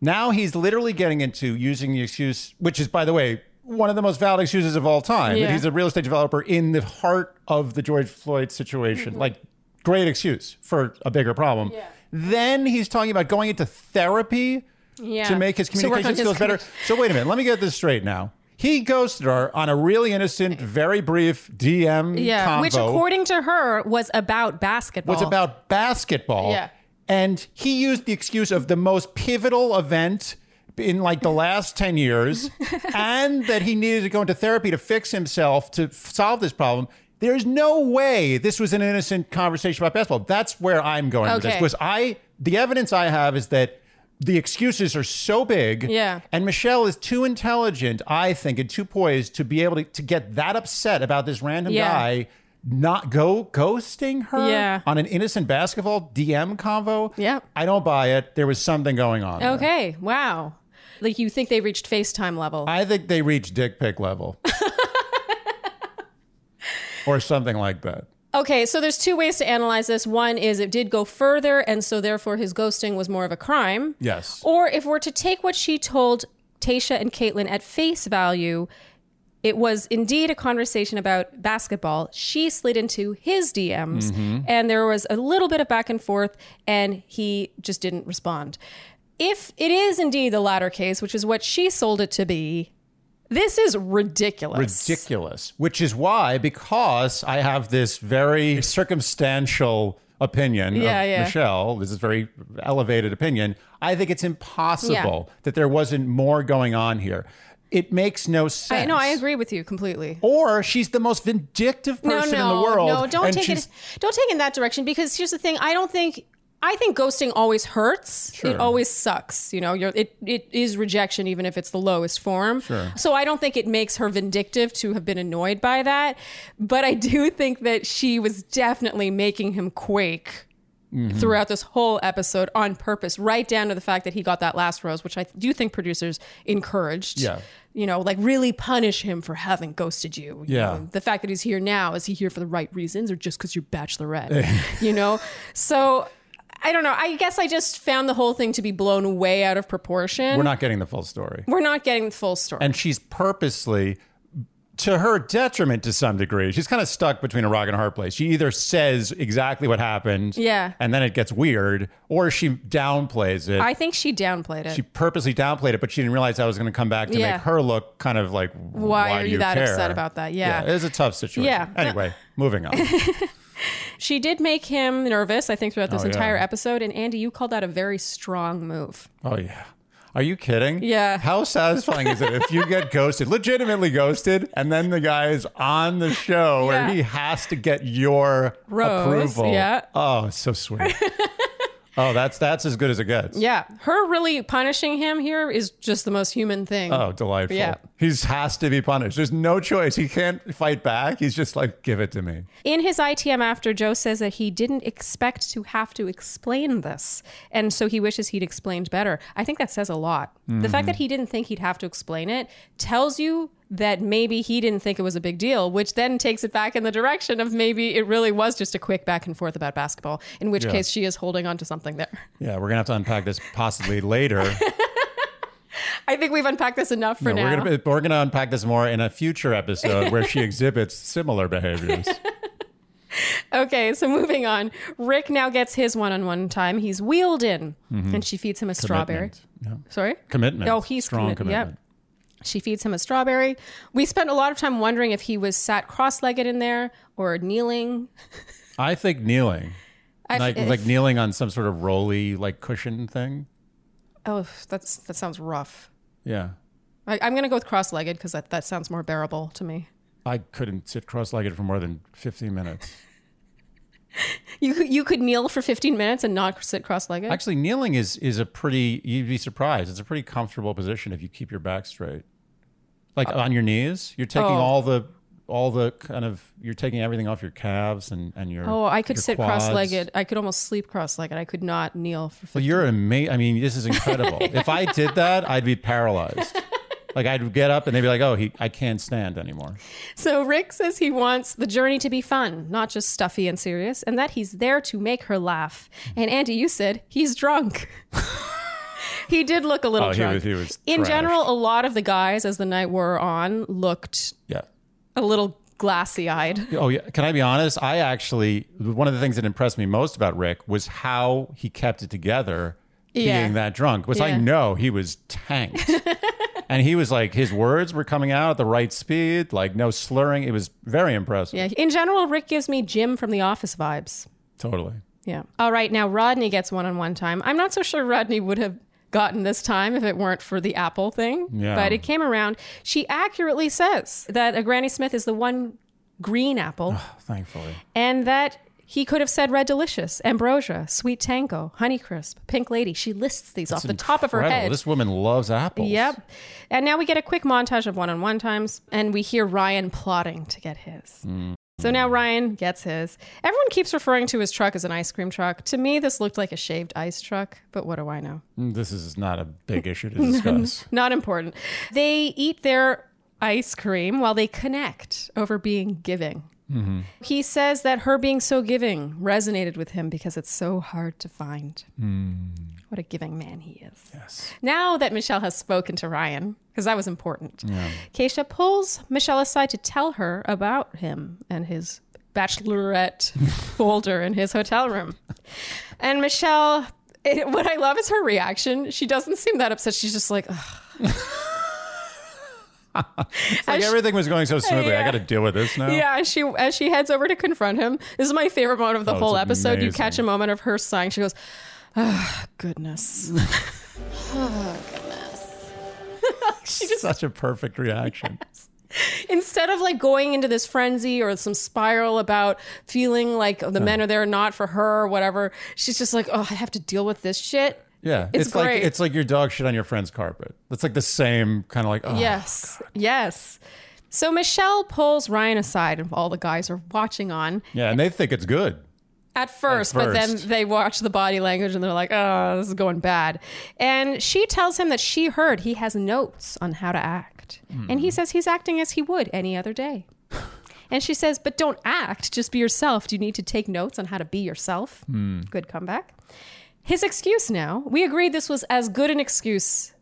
S1: Now he's literally getting into using the excuse, which is, by the way, one of the most valid excuses of all time.
S2: Yeah.
S1: That he's a real estate developer in the heart of the George Floyd
S2: Mm-hmm.
S1: situation. Like, great excuse for a bigger problem. Then he's talking about going into therapy
S2: Yeah.
S1: to make his
S2: To work on
S1: communication
S2: his
S1: skills better. So wait a minute, let me get this straight now. He ghosted her on a really innocent, very brief DM
S2: Yeah.
S1: convo.
S2: Which, according to her, was about basketball.
S1: was about basketball.
S2: Yeah.
S1: And he used the excuse of the most pivotal event in like the last 10 years and that he needed to go into therapy to fix himself to f- solve this problem. There's no way this was an innocent conversation about basketball. That's where I'm going with this.
S2: Okay.
S1: Because I the evidence I have is that the excuses are so big.
S2: Yeah.
S1: And Michelle is too intelligent, I think, and too poised to be able to, to get that upset about this random
S2: Yeah.
S1: guy not go ghosting her
S2: Yeah.
S1: on an innocent basketball DM convo.
S2: Yeah.
S1: I don't buy it. There was something going on. there.
S2: Okay. Wow. Like you think they reached FaceTime level.
S1: I think they reached dick pic level. or something like that.
S2: Okay, so there's two ways to analyze this. One is it did go further, and so therefore his ghosting was more of a crime.
S1: Yes.
S2: Or if we're to take what she told Tasha and Caitlin at face value, it was indeed a conversation about basketball. She slid into his DMs, and there was a little bit of back and forth, and he just didn't respond. If it is indeed the latter case, which is what she sold it to be, this is ridiculous.
S1: Ridiculous. Which is why, because I have this very circumstantial opinion
S2: Yeah,
S1: of
S2: yeah.
S1: Michelle, this is very elevated opinion, I think it's impossible that there wasn't more going on here. It makes no sense.
S2: I, no, I agree with you completely.
S1: or she's the most vindictive person in the world.
S2: No, don't
S1: and
S2: take
S1: she's-
S2: it. Don't take it in that direction because here's the thing. I don't think. I think ghosting always hurts. It
S1: Sure.
S2: always sucks. You know, you're, it it is rejection, even if it's the lowest form.
S1: Sure.
S2: So I don't think it makes her vindictive to have been annoyed by that, but I do think that she was definitely making him quake.
S1: Mm-hmm.
S2: Throughout this whole episode, on purpose, right down to the fact that he got that last rose, which I do think producers encouraged.
S1: Yeah.
S2: You know, like really punish him for having ghosted you. you
S1: Yeah.
S2: know? the fact that he's here now is he here for the right reasons or just because you're bachelorette you know so i don't know i guess i just found the whole thing to be blown way out of proportion
S1: We're not getting the full story.
S2: we're not getting the full story
S1: And she's purposely to her detriment to some degree. She's kind of stuck between a rock and a hard place. She either says exactly what happened,
S2: Yeah.
S1: and then it gets weird, or she downplays it.
S2: I think she downplayed it.
S1: she purposely downplayed it, but she didn't realize I was going to come back to
S2: Yeah.
S1: make her look kind of like, why,
S2: Why are
S1: do
S2: you that
S1: care?
S2: upset about that? Yeah.
S1: it was a tough situation.
S2: Yeah.
S1: Anyway, moving on.
S2: she did make him nervous, I think, throughout this
S1: Oh, yeah.
S2: entire episode. And Andy, you called that a very strong move.
S1: Oh yeah. Are you kidding?
S2: Yeah.
S1: How satisfying is it if you get ghosted, legitimately ghosted, and then the guy is on the show where
S2: Yeah.
S1: he has to get your
S2: Rose,
S1: approval?
S2: yeah.
S1: Oh, it's so sweet. oh, that's that's as good as it gets.
S2: Yeah. Her really punishing him here is just the most human thing.
S1: Oh, delightful.
S2: Yeah.
S1: He's has to be punished. There's no choice. He can't fight back. He's just like, give it to me.
S2: In his ITM after, Joe says that he didn't expect to have to explain this. And so he wishes he'd explained better. I think that says a lot. The fact
S1: Mm-hmm.
S2: that he didn't think he'd have to explain it tells you that maybe he didn't think it was a big deal, which then takes it back in the direction of maybe it really was just a quick back and forth about basketball, in which case she is holding on to something there.
S1: Yeah, we're gonna have to unpack this possibly later.
S2: I think we've unpacked this enough for
S1: No,
S2: now.
S1: We're gonna we're gonna unpack this more in a future episode where she exhibits similar behaviors.
S2: Okay, so moving on. Rick now gets his one on one time. He's wheeled in, and she feeds him a strawberry.
S1: Mm-hmm. Commitment. Yeah.
S2: Sorry?
S1: Commitment.
S2: Oh, he's
S1: strong
S2: committed.
S1: commitment.
S2: Yep. She feeds him a strawberry. We spent a lot of time wondering if he was sat cross legged in there or kneeling.
S1: I think kneeling,
S2: I,
S1: like
S2: if-
S1: like kneeling on some sort of rolly like cushion thing.
S2: oh, that's that sounds rough.
S1: Yeah,
S2: I, I'm gonna go with cross legged because that, that sounds more bearable to me.
S1: I couldn't sit cross-legged for more than fifteen minutes.
S2: You could- you could kneel for 15 minutes and not sit cross legged.
S1: Actually, kneeling is is a pretty. You'd be surprised. It's a pretty comfortable position if you keep your back straight, like on your knees. You're taking
S2: Uh, Oh.
S1: all the all the kind of you're taking everything off your calves and and your.
S2: Oh, I could
S1: your
S2: sit
S1: quads.
S2: cross legged. I could almost sleep cross legged. I could not kneel for. 15
S1: Well, you're amazing. I mean, this is incredible. If I did that, I'd be paralyzed. Like I'd get up and they'd be like, "Oh, he, I can't stand anymore."
S2: So Rick says he wants the journey to be fun, not just stuffy and serious, and that he's there to make her laugh. And Andy, you said he's drunk. he did look a little
S1: Oh, he
S2: drunk.
S1: was- he was
S2: In
S1: trashed.
S2: general, a lot of the guys, as the night wore on, looked
S1: Yeah.
S2: a little glassy-eyed.
S1: Oh yeah. Can I be honest? I actually one of the things that impressed me most about Rick was how he kept it together
S2: Yeah.
S1: being that drunk. Was I
S2: Yeah.
S1: know he was tanked. and he was like his words were coming out at the right speed, like no slurring. It was very impressive.
S2: Yeah. In general, Rick gives me Jim from The Office vibes.
S1: Totally.
S2: Yeah. All right, now Rodney gets one-on-one time. I'm not so sure Rodney would have gotten this time if it weren't for the Apple thing.
S1: Yeah.
S2: But it came around. She accurately says that a Granny Smith is the one green apple
S1: Thankfully.
S2: and that he could have said Red Delicious, Ambrosia, Sweet Tango, Honeycrisp, Pink Lady. She lists these off the top of her
S1: Incredible.
S2: head.
S1: This woman loves apples.
S2: Yep. And now we get a quick montage of one on one times, and we hear Ryan plotting to get his. So now Ryan gets his. Everyone keeps referring to his truck as an ice cream truck. To me, this looked like a shaved ice truck, but what do I know?
S1: Mm, This is not a big issue to discuss.
S2: Not important. They eat their ice cream while they connect over being giving. He says that her being so giving resonated with him because it's so hard to find. What a giving man he is.
S1: yes.
S2: Now that Michelle has spoken to Ryan, because that was important, Keisha pulls Michelle aside to tell her about him and his bachelorette folder in his hotel room. And Michelle, it, what I love is her reaction. She doesn't seem that upset. She's just like, "Ugh."
S1: Like everything was going so smoothly. I
S2: Yeah.
S1: gotta deal with this now.
S2: yeah. As she as she heads over to confront him, this is my favorite moment of the
S1: Oh, it's
S2: whole episode. You
S1: amazing.
S2: catch a moment of her sighing. She goes, "Oh goodness."
S1: Such a perfect reaction.
S2: instead of like going into this frenzy or some spiral about feeling like the men are there or not for her or whatever, she's just like, oh, I have to deal with this shit.
S1: Yeah,
S2: It's
S1: like
S2: great.
S1: it's like your dog shit on your friend's carpet. That's like the same kind of like oh,
S2: yes. Yes. So Michelle pulls Ryan aside, and all the guys are watching on
S1: yeah, and they think it's good.
S2: at first, but then
S1: first.
S2: they watch the body language and they're like, oh, this is going bad. And she tells him that she heard he has notes on how to act. And
S1: Hmm.
S2: he says he's acting as he would any other day. and she says, but don't act, just be yourself. Do you need to take notes on how to be yourself?
S1: Hmm.
S2: Good comeback. His excuse now, we agreed this was as good an excuse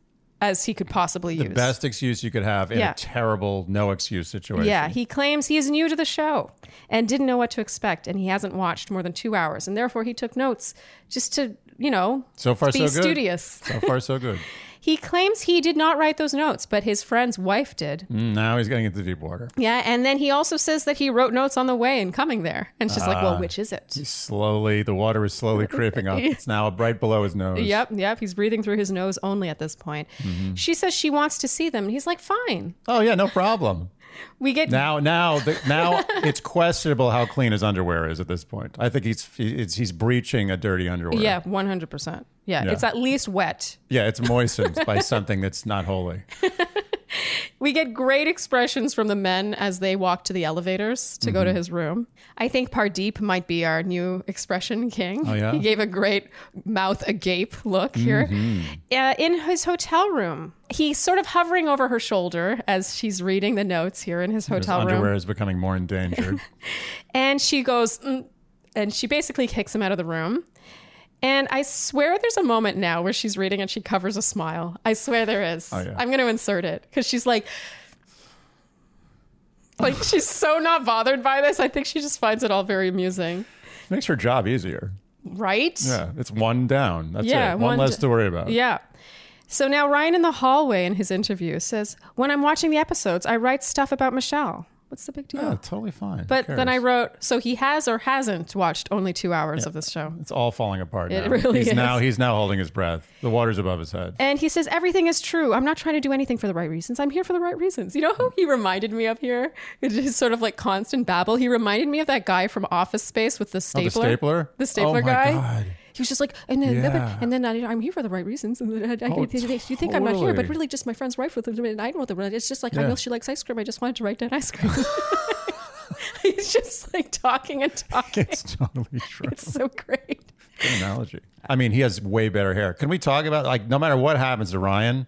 S2: as he could possibly
S1: The
S2: use.
S1: best excuse you could have in
S2: Yeah.
S1: a terrible no excuse situation.
S2: Yeah, he claims he is new to the show and didn't know what to expect, and he hasn't watched more than two hours, and therefore he took notes just to, you know,
S1: So far,
S2: be
S1: so good.
S2: studious.
S1: So far, so good.
S2: He claims he did not write those notes, but his friend's wife did.
S1: Mm, Now he's getting into deep water.
S2: Yeah, and then he also says that he wrote notes on the way and coming there, and it's just
S1: Ah.
S2: like, well, which is it?
S1: Slowly, the water is slowly creeping up. It's now right below his nose.
S2: Yep, yep. He's breathing through his nose only at this point.
S1: Mm-hmm.
S2: She says she wants to see them, and he's like, fine.
S1: Oh yeah, no problem.
S2: We get
S1: Now, now, the, now, it's questionable how clean his underwear is at this point. I think he's he's, he's breaching a dirty underwear.
S2: yeah, one hundred percent. Yeah,
S1: Yeah.
S2: it's at least wet.
S1: yeah, it's moistened by something that's not holy.
S2: We get great expressions from the men as they walk to the elevators to
S1: Mm-hmm.
S2: go to his room. I think Pardeep might be our new expression king.
S1: Oh, yeah?
S2: He gave a great mouth agape look here.
S1: Mm-hmm.
S2: Uh, in his hotel room, he's sort of hovering over her shoulder as she's reading the notes here in his
S1: His
S2: hotel room.
S1: underwear is becoming more endangered.
S2: And she goes, "Mm," and she basically kicks him out of the room. And I swear there's a moment now where she's reading and she covers a smile. I swear there is.
S1: Oh, yeah.
S2: I'm going to insert it because she's like, like she's so not bothered by this. I think she just finds it all very amusing,
S1: Makes her job easier.
S2: right?
S1: Yeah, it's one down. That's
S2: Yeah,
S1: it. One,
S2: one
S1: less
S2: d-
S1: to worry about.
S2: Yeah. So now Ryan in the hallway in his interview says, "When I'm watching the episodes, I write stuff about Michelle. What's the big deal?"
S1: Yeah, totally fine. Oh, Who
S2: but then I
S1: cares?
S2: wrote, so he has or hasn't watched only two hours of this show.
S1: It's all falling apart.
S2: It
S1: now.
S2: really
S1: he's
S2: is.
S1: now he's now holding his breath. The water's above his head.
S2: And he says, Everything is true. I'm not trying to do anything for the right reasons. I'm here for the right reasons. You know who he reminded me of here? It's just sort of like constant babble. He reminded me of that guy from Office Space with the
S1: Oh, the
S2: stapler.
S1: stapler.
S2: The stapler
S1: oh, my
S2: guy.
S1: God.
S2: He was just like, and then,
S1: Yeah.
S2: and then I, I'm here for the right reasons. And then I, I,
S1: Oh,
S2: you think I'm not here, but
S1: totally.
S2: really just my friend's wife with him, and I know the It's just like I
S1: Yeah.
S2: know she likes ice cream. I just wanted to write down ice cream. He's just like talking and talking.
S1: It's totally true.
S2: It's so great.
S1: Good analogy. I mean, he has way better hair. Can we talk about like no matter what happens to Ryan,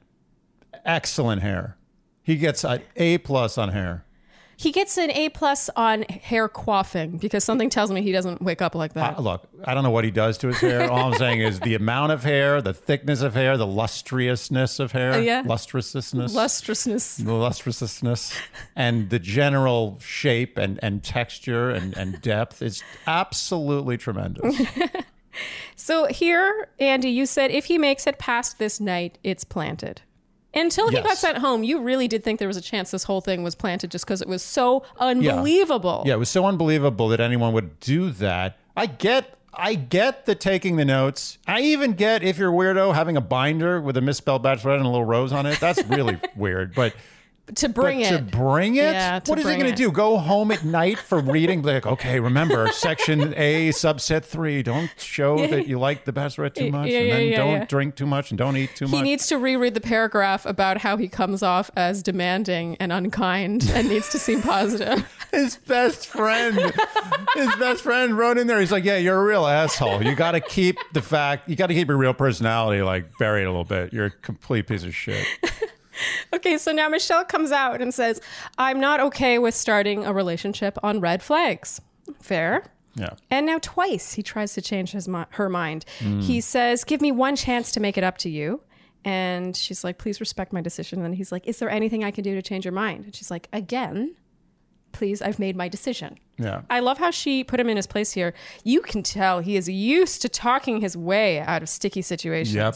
S1: excellent hair. He gets an A plus on hair.
S2: He gets an A plus on hair quaffing because something tells me he doesn't wake up like that.
S1: I, look, I don't know what he does to his hair. All I'm saying is the amount of hair, the thickness of hair, the lustriousness of hair,
S2: yeah.
S1: lustrousness,
S2: Lustrousness.
S1: the lustrousness, and the general shape and, and texture and, and depth is absolutely tremendous.
S2: So here, Andy, you said if he makes it past this night, it's planted. Until he
S1: Yes.
S2: got sent home, you really did think there was a chance this whole thing was planted just because it was so unbelievable.
S1: Yeah, it was so unbelievable that anyone would do that. I get I get the taking the notes. I even get if you're a weirdo having a binder with a misspelled bachelorette and a little rose on it. That's really weird. But,
S2: To
S1: but
S2: bring
S1: to
S2: it.
S1: bring it,
S2: Yeah, to
S1: what is he
S2: bring
S1: going
S2: it.
S1: to do? Go home at night for reading? Be Like, okay, remember section A, subset three. Don't show that you like the bachelorette too much,
S2: yeah,
S1: and then
S2: yeah, yeah,
S1: don't
S2: yeah.
S1: drink too much, and don't eat too
S2: he
S1: much.
S2: needs to reread the paragraph about how he comes off as demanding and unkind and needs to seem positive.
S1: his best friend his best friend wrote in there he's like yeah you're a real asshole you gotta keep the fact you gotta keep your real personality like buried a little bit you're a complete piece of shit
S2: Okay, so now Michelle comes out and says, I'm not okay with starting a relationship on red flags. Fair.
S1: yeah
S2: And now twice he tries to change his mi- her mind.
S1: Hmm.
S2: He says, "Give me one chance to make it up to you." And she's like, "Please respect my decision." And he's like, "Is there anything I can do to change your mind?" And she's like, "Again, please, I've made my decision."
S1: yeah
S2: I love how she put him in his place here. You can tell he is used to talking his way out of sticky situations.
S1: yep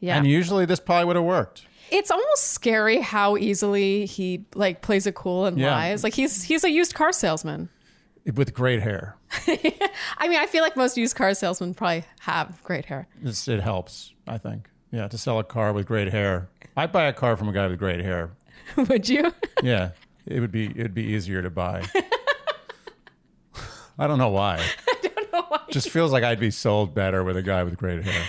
S2: Yeah.
S1: and usually this probably would have worked
S2: It's almost scary how easily he like plays it cool and
S1: Yeah.
S2: lies. Like he's he's a used car salesman.
S1: with great hair
S2: I mean, I feel like most used car salesmen probably have great hair.
S1: it's, it helps i think yeah to sell a car with great hair i'd buy a car from a guy with great hair
S2: Would you?
S1: yeah it would be it would be easier to buy i don't know why just feels like i'd be sold better with a guy with great hair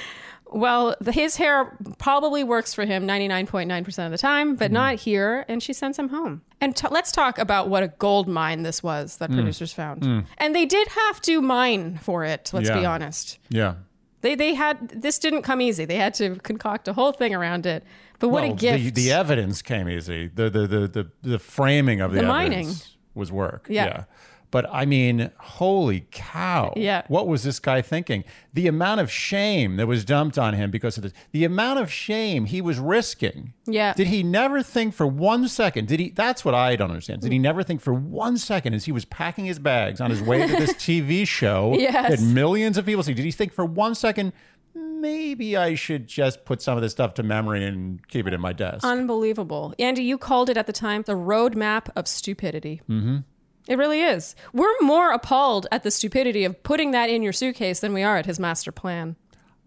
S2: Well, the, his hair probably works for him 99.9% of the time,
S1: Mm-hmm.
S2: but not here. And she sends him home. And t- let's talk about what a gold mine this was
S1: Mm.
S2: that producers found. And they did have to mine for it, let's be
S1: Yeah.
S2: honest.
S1: yeah
S2: They, they had this didn't come easy. They had to concoct a whole thing around it. But what
S1: Well,
S2: a gift.
S1: The, the evidence came easy. The the the the, the framing of the,
S2: The mining.
S1: evidence was work.
S2: Yeah.
S1: Yeah. But I mean, holy cow.
S2: Yeah.
S1: What was this guy thinking? The amount of shame that was dumped on him because of this, the amount of shame he was risking.
S2: Yeah.
S1: e- Did he never think for one second? Did he? That's what I don't understand. Did he never think for one second as he was packing his bags on his way to this TV show
S2: Yes.
S1: that millions of people see? Did he think for one second, maybe I should just put some of this stuff to memory and keep it in my desk?
S2: Unbelievable. Andy, you called it at the time the roadmap of stupidity. Mm-hmm. It really is. We're more appalled at the stupidity of putting that in your suitcase than we are at his master plan.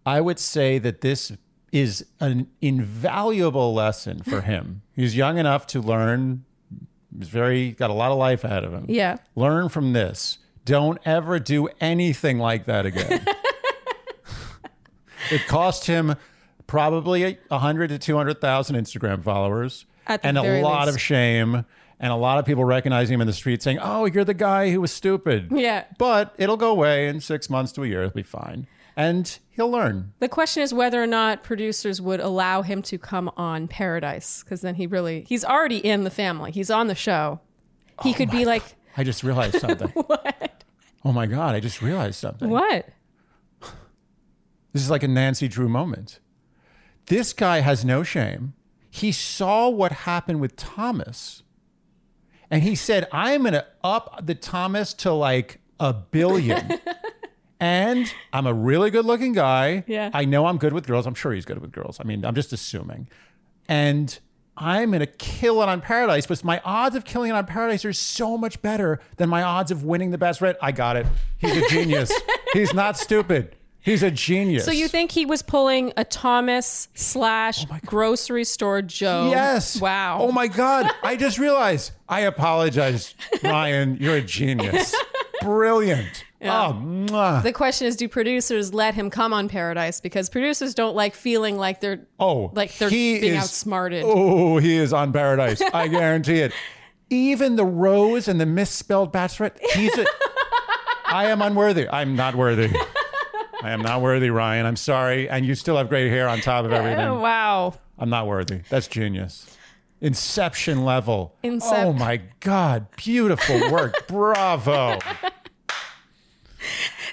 S1: I would say that this is an invaluable lesson for him. He's young enough to learn. He's very got a lot of life ahead of him.
S2: Yeah.
S1: Learn from this. Don't ever do anything like that again. it cost him probably a hundred to two hundred thousand Instagram followers
S2: At the
S1: and a
S2: very
S1: lot
S2: least.
S1: of shame and a lot of people recognizing him in the street saying, "Oh, you're the guy who was stupid."
S2: Yeah.
S1: But it'll go away in six months to a year. It'll be fine, and he'll learn.
S2: The question is whether or not producers would allow him to come on Paradise because then he really he's already in the family. He's on the show.
S1: Oh
S2: He could be like,
S1: I just realized something.
S2: "What?
S1: oh my God, I just realized something.
S2: What?
S1: This is like a Nancy Drew moment. This guy has no shame. He saw what happened with Thomas and he said, I'm going to up the Thomas to like a billion. and I'm a really good looking guy.
S2: Yeah.
S1: I know I'm good with girls. I'm sure he's good with girls. I mean, I'm just assuming. And I'm going to kill it on Paradise, but my odds of killing it on Paradise are so much better than my odds of winning the Bachelorette. I got it. He's a genius. he's not stupid. He's a genius.
S2: So you think he was pulling a Thomas slash grocery store Joe?
S1: Oh Yes.
S2: Wow.
S1: Oh my God. I just realized. I apologize, Ryan. You're a genius. Brilliant. Oh, mwah.
S2: The question is, do producers let him come on Paradise? Because producers don't like feeling like they're
S1: oh,
S2: like they're
S1: he
S2: being
S1: is,
S2: outsmarted.
S1: Oh, he is on paradise. I guarantee it. Even the rose and the misspelled bachelorette. He's a. I am unworthy. I'm not worthy. I am not worthy, Ryan. I'm sorry. And you still have great hair on top of everything.
S2: Oh, wow.
S1: I'm not worthy. That's genius. Inception level.
S2: Incep-
S1: Oh my God. Beautiful work. Bravo.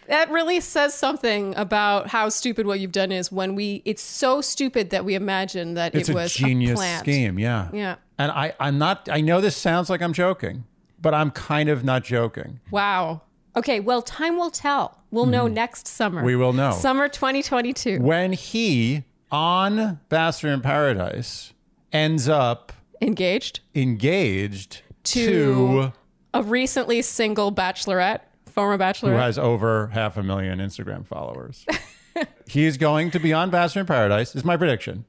S2: That really says something about how stupid what you've done is when we it's so stupid that we imagine that
S1: It's
S2: it
S1: a
S2: was a
S1: genius
S2: plant.
S1: scheme. Yeah.
S2: Yeah.
S1: And I, I'm not, I know this sounds like I'm joking, but I'm kind of not joking.
S2: Wow. Okay, well, time will tell. We'll know next summer.
S1: Mm-hmm. We will know.
S2: Summer 2022.
S1: When he on Bachelor in Paradise ends up
S2: Engaged.
S1: engaged
S2: To-
S1: to
S2: A recently single bachelorette, former
S1: who
S2: bachelorette.
S1: has over half a million Instagram followers. He's going to be on Bachelor in Paradise, is my prediction.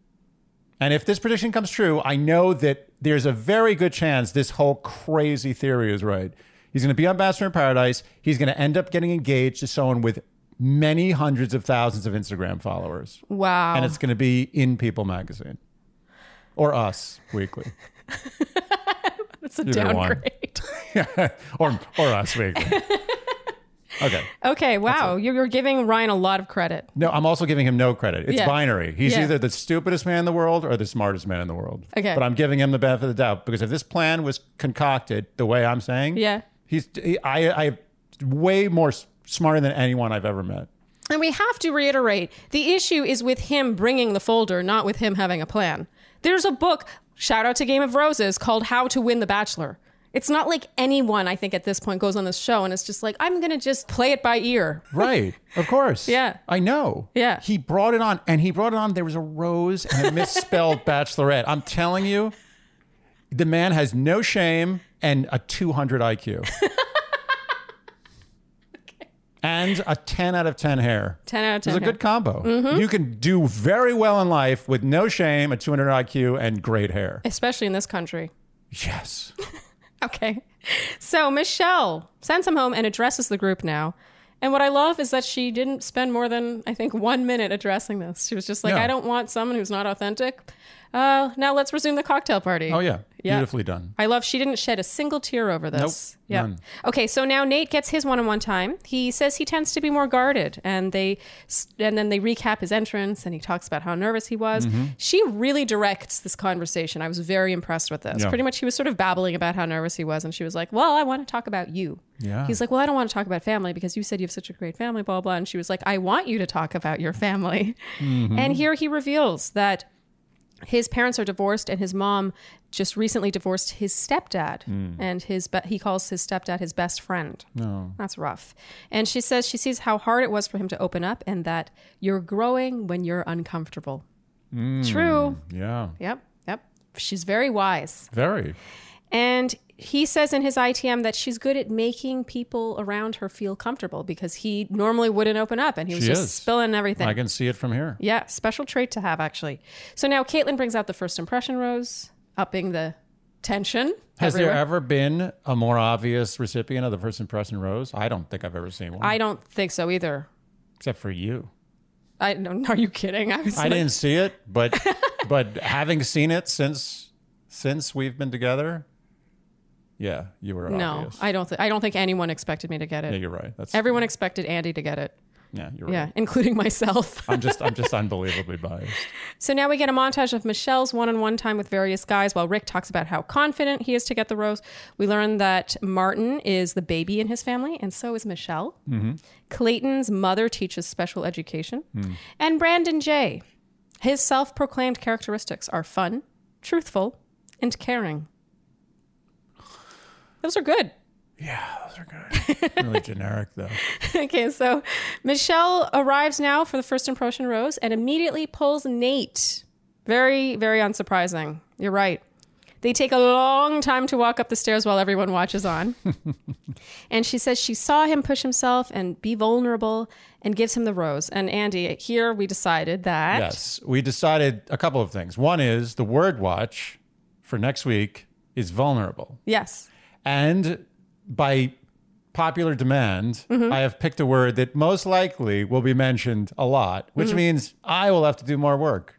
S1: And if this prediction comes true, I know that there's a very good chance this whole crazy theory is right. He's going to be on Bachelor in Paradise. He's going to end up getting engaged to someone with many hundreds of thousands of Instagram followers.
S2: Wow.
S1: And it's going to be in People magazine or Us Weekly.
S2: That's a
S1: either one.
S2: downgrade.
S1: or, or Us Weekly. Okay.
S2: okay, wow. You're you're giving Ryan a lot of credit.
S1: No, I'm also giving him no credit. It's
S2: Yeah.
S1: binary. He's
S2: Yeah.
S1: either the stupidest man in the world or the smartest man in the world.
S2: Okay.
S1: But I'm giving him the benefit of the doubt because if this plan was concocted the way I'm saying,
S2: Yeah.
S1: he's he, I I way more s- smarter than anyone I've ever met.
S2: And we have to reiterate the issue is with him bringing the folder, not with him having a plan. There's a book, shout out to Game of Roses, called How to Win the Bachelor. It's not like anyone, I think, at this point goes on this show and it's just like, I'm going to just play it by ear.
S1: Right. Of course.
S2: Yeah.
S1: I know.
S2: Yeah.
S1: He brought it on and he brought it on. There was a rose and a misspelled bachelorette. I'm telling you, the man has no shame and a 200 IQ. And a 10 out of 10 hair.
S2: 10 out of 10.
S1: It's a good combo.
S2: Mm-hmm.
S1: You can do very well in life with no shame, a 200 IQ, and great hair.
S2: Especially in this country.
S1: Yes.
S2: Okay. So Michelle sends him home and addresses the group now. And what I love is that she didn't spend more than, I think, one minute addressing this. She was just like,
S1: No.
S2: I don't want someone who's not authentic. Uh, now let's resume the cocktail party.
S1: Oh, yeah.
S2: Yeah.
S1: Beautifully done.
S2: I love she didn't shed a single tear over this.
S1: Nope,
S2: yeah.
S1: none.
S2: Okay, so now Nate gets his one-on-one time. He says he tends to be more guarded and they and then they recap his entrance and he talks about how nervous he was.
S1: Mm-hmm.
S2: She really directs this conversation. I was very impressed with this.
S1: Yeah.
S2: Pretty much he was sort of babbling about how nervous he was and she was like, "Well, I want to talk about you."
S1: Yeah.
S2: He's like, Well, I don't want to talk about family because you said you have such a great family, blah, blah. And she was like, I want you to talk about your family.
S1: Mm-hmm.
S2: And here he reveals that his parents are divorced and his mom just recently divorced his stepdad
S1: Hmm.
S2: and his be- he calls his stepdad his best friend no. that's rough and she says she sees how hard it was for him to open up and that you're growing when you're uncomfortable
S1: Hmm.
S2: true
S1: Yeah.
S2: yep yep she's very wise
S1: Very.
S2: and he says in his itm that she's good at making people around her feel comfortable because he normally wouldn't open up and he was
S1: She
S2: just
S1: is.
S2: spilling everything
S1: I can see it from here.
S2: yeah, special trait to have actually. So now Caitlin brings out the first impression rose, upping the tension.
S1: Has
S2: everywhere.
S1: there ever been a more obvious recipient of the first impression rose? I don't think I've ever seen one,
S2: I don't think so either.
S1: except for you.
S2: I no, are you kidding? I was
S1: I
S2: like-
S1: didn't see it, but but having seen it since since we've been together, yeah, you were
S2: No,
S1: obvious.
S2: I don't. Th- I don't think anyone expected me to get it.
S1: yeah, you're right. That's
S2: Everyone expected Andy to get it.
S1: yeah, you're
S2: Yeah,
S1: right.
S2: including myself.
S1: I'm just I'm just unbelievably biased.
S2: So now we get a montage of Michelle's one on one time with various guys while Rick talks about how confident he is to get the rose. We learn that Martin is the baby in his family, and so is Michelle. Clayton's mother teaches special education. And Brandon J. His self proclaimed characteristics are fun, truthful, and caring. Those are good.
S1: Those are good. Really generic though.
S2: okay, so Michelle arrives now for the first impression rose and immediately pulls Nate. Very, very unsurprising. You're right. They take a long time to walk up the stairs while everyone watches on. and she says she saw him push himself and be vulnerable and gives him the rose. And Andy, here we decided that.
S1: Yes, we decided a couple of things. One is the word watch for next week is vulnerable,
S2: Yes.
S1: and by popular demand,
S2: Mm-hmm.
S1: I have picked a word that most likely will be mentioned a lot,
S2: Mm-hmm.
S1: which means I will have to do more work.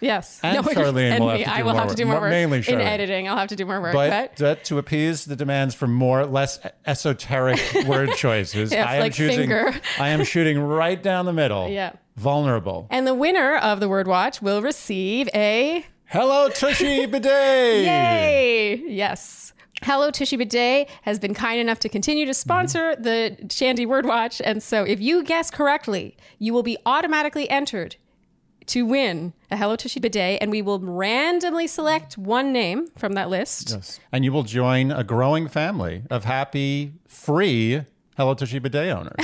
S2: Yes.
S1: And
S2: you're-
S1: Charlene
S2: and
S1: will
S2: me.
S1: have to
S2: I
S1: do
S2: will
S1: more
S2: have to do
S1: work.
S2: more work.
S1: Mainly
S2: In
S1: Charlene.
S2: editing, I'll have to do more work.
S1: But that- to appease the demands for more less e-, esoteric word choices,
S2: Yes,
S1: I am
S2: like
S1: choosing.
S2: finger.
S1: I am shooting right down the middle.
S2: Yeah.
S1: Vulnerable.
S2: and the winner of the Word Watch will receive a
S1: Hello, Tushy Bidet.
S2: Yay! Yes. Hello Tushy Bidet has been kind enough to continue to sponsor the Shandy Word Watch. And so if you guess correctly, you will be automatically entered to win a Hello Tushy Bidet, and we will randomly select one name from that list.
S1: Yes. And you will join a growing family of happy, free Hello Tushy Bidet owners.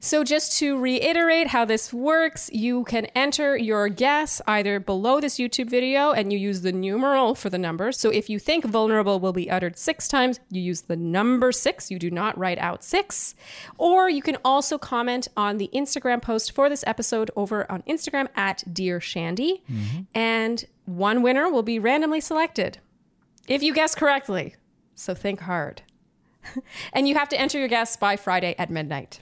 S2: So, just to reiterate how this works, you can enter your guess either below this YouTube video and you use the numeral for the number. So, if you think vulnerable will be uttered six times, you use the number six. You do not write out six. Or you can also comment on the Instagram post for this episode over on Instagram at Dear Shandy. And one winner will be randomly selected if you guess correctly. So, think hard. and you have to enter your guess by Friday at midnight.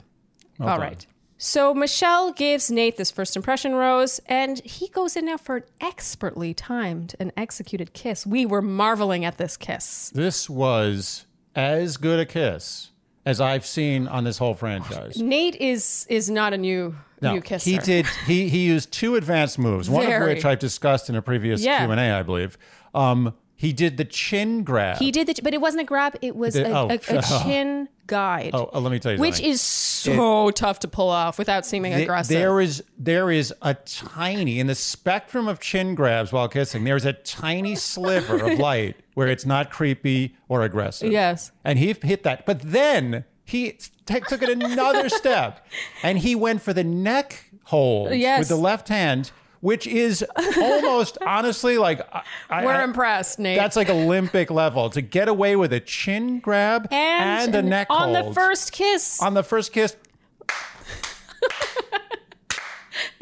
S2: All
S1: done.
S2: right. So Michelle gives Nate this first impression rose, and he goes in now for an expertly timed and executed kiss. We were marveling at this kiss.
S1: this was as good a kiss as I've seen on this whole franchise.
S2: Nate is is not a new
S1: No,
S2: new kisser.
S1: he did. He he used two advanced moves. One of
S2: Very.
S1: which I've discussed in a previous
S2: Yeah.
S1: Q and A, I believe. Um, he did the chin grab.
S2: He did the, but it wasn't a grab. It was
S1: Did-
S2: a,
S1: oh.
S2: a, a chin guide,
S1: oh, oh, let me tell you,
S2: which
S1: something.
S2: is so tough to pull off without seeming
S1: Th-
S2: aggressive.
S1: There is there is a tiny in the spectrum of chin grabs while kissing. There is a tiny sliver of light where it's not creepy or aggressive.
S2: Yes.
S1: and he hit that, but then he t- took it another step, and he went for the neck hold
S2: Yes.
S1: with the left hand, which is almost honestly like I, I-
S2: We're
S1: I-
S2: impressed, Nate.
S1: That's like Olympic level to get away with a chin grab and,
S2: and,
S1: a neck
S2: on the
S1: hold.
S2: first kiss.
S1: on the first kiss.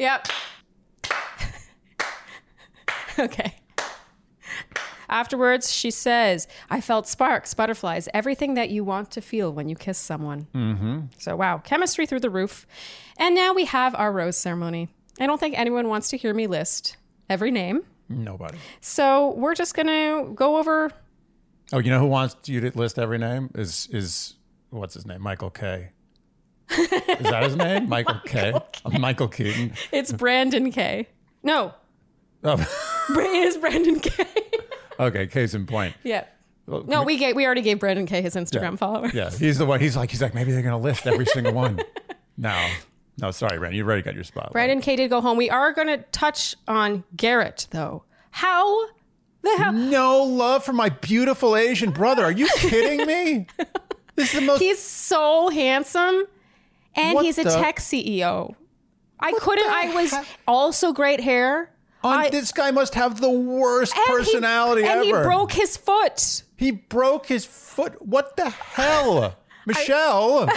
S2: Yep. okay. Afterwards, she says, I felt sparks, butterflies, everything that you want to feel when you kiss someone. Mm-hmm. So, wow, chemistry through the roof. And now we have our rose ceremony. I don't think anyone wants to hear me list every name.
S1: Nobody.
S2: So, we're just going to go over.
S1: Oh, you know who wants you to list every name is is what's his name? Michael K. Is that his name? Michael, K. Michael Keaton.
S2: It's Brandon K. No,
S1: Oh,
S2: Bra- it is Brandon K.
S1: okay, case in point.
S2: yeah.
S1: Well,
S2: No, we gave, we already gave Brandon K his Instagram follower.
S1: Yeah, he's the one. He's like, he's like, maybe they're gonna list every single one. No, no, sorry, Brandon, you already got your spot.
S2: Brandon K did go home. We are going to touch on Garrett though. How the hell?
S1: No love for my beautiful Asian brother. Are you kidding me? This is the most.
S2: He's so handsome, and
S1: What
S2: he's a
S1: the-
S2: tech CEO. I couldn't.
S1: the
S2: I was
S1: heck?
S2: also great hair.
S1: on,
S2: I-
S1: this guy must have the worst
S2: And he-
S1: personality
S2: and
S1: ever.
S2: he broke his foot.
S1: He broke his foot. What the hell, Michelle?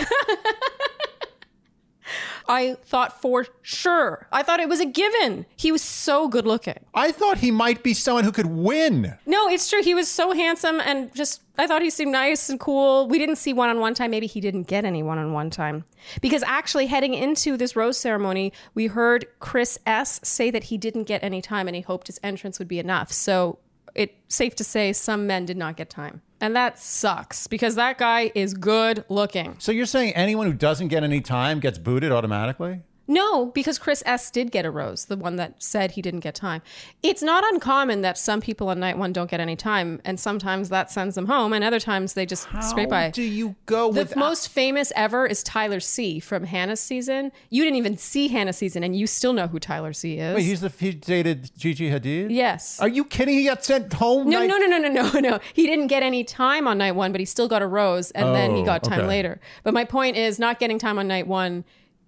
S2: I thought for sure. I thought it was a given. He was so good looking.
S1: I thought he might be someone who could win.
S2: No, it's true. He was so handsome and just, I thought he seemed nice and cool. We didn't see one on one time. Maybe he didn't get any one on one time. Because actually, heading into this rose ceremony, we heard Chris S. say that he didn't get any time and he hoped his entrance would be enough. So it's safe to say some men did not get time. And that sucks because that guy is good looking.
S1: So you're saying anyone who doesn't get any time gets booted automatically?
S2: No, because Chris S did get a rose, the one that said he didn't get time. It's not uncommon that some people on night one don't get any time, and sometimes that sends them home, and other times they just scrape
S1: How
S2: by.
S1: do you go
S2: the
S1: with
S2: most famous ever is Tyler C from Hannah's season. You didn't even see Hannah's season, and you still know who Tyler C is.
S1: Wait, he's the he dated Gigi Hadid.
S2: yes.
S1: Are you kidding? He got sent home.
S2: No,
S1: night-
S2: no, no, no, no, no, no. He didn't get any time on night one, but he still got a rose, and then he
S1: Oh,
S2: got time
S1: okay.
S2: later. But my point is, not getting time on night one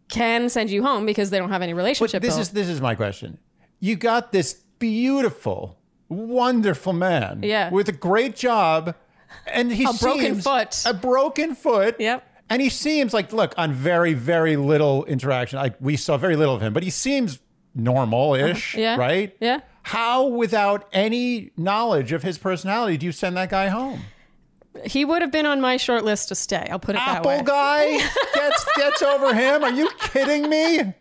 S2: can send you home because they don't have any relationship.
S1: This
S2: built.
S1: is this is my question. You got this beautiful, wonderful man.
S2: Yeah.
S1: With a great job, and he
S2: A broken
S1: seems-
S2: foot.
S1: A broken foot.
S2: Yep.
S1: And he seems like look on very very little interaction. Like we saw very little of him, but he seems normal-ish.
S2: Uh-huh. Yeah.
S1: Right.
S2: Yeah.
S1: How, without any knowledge of his personality, do you send that guy home?
S2: He would have been on my short list to stay. I'll put it that way.
S1: Apple guy gets gets over him. Are you kidding me?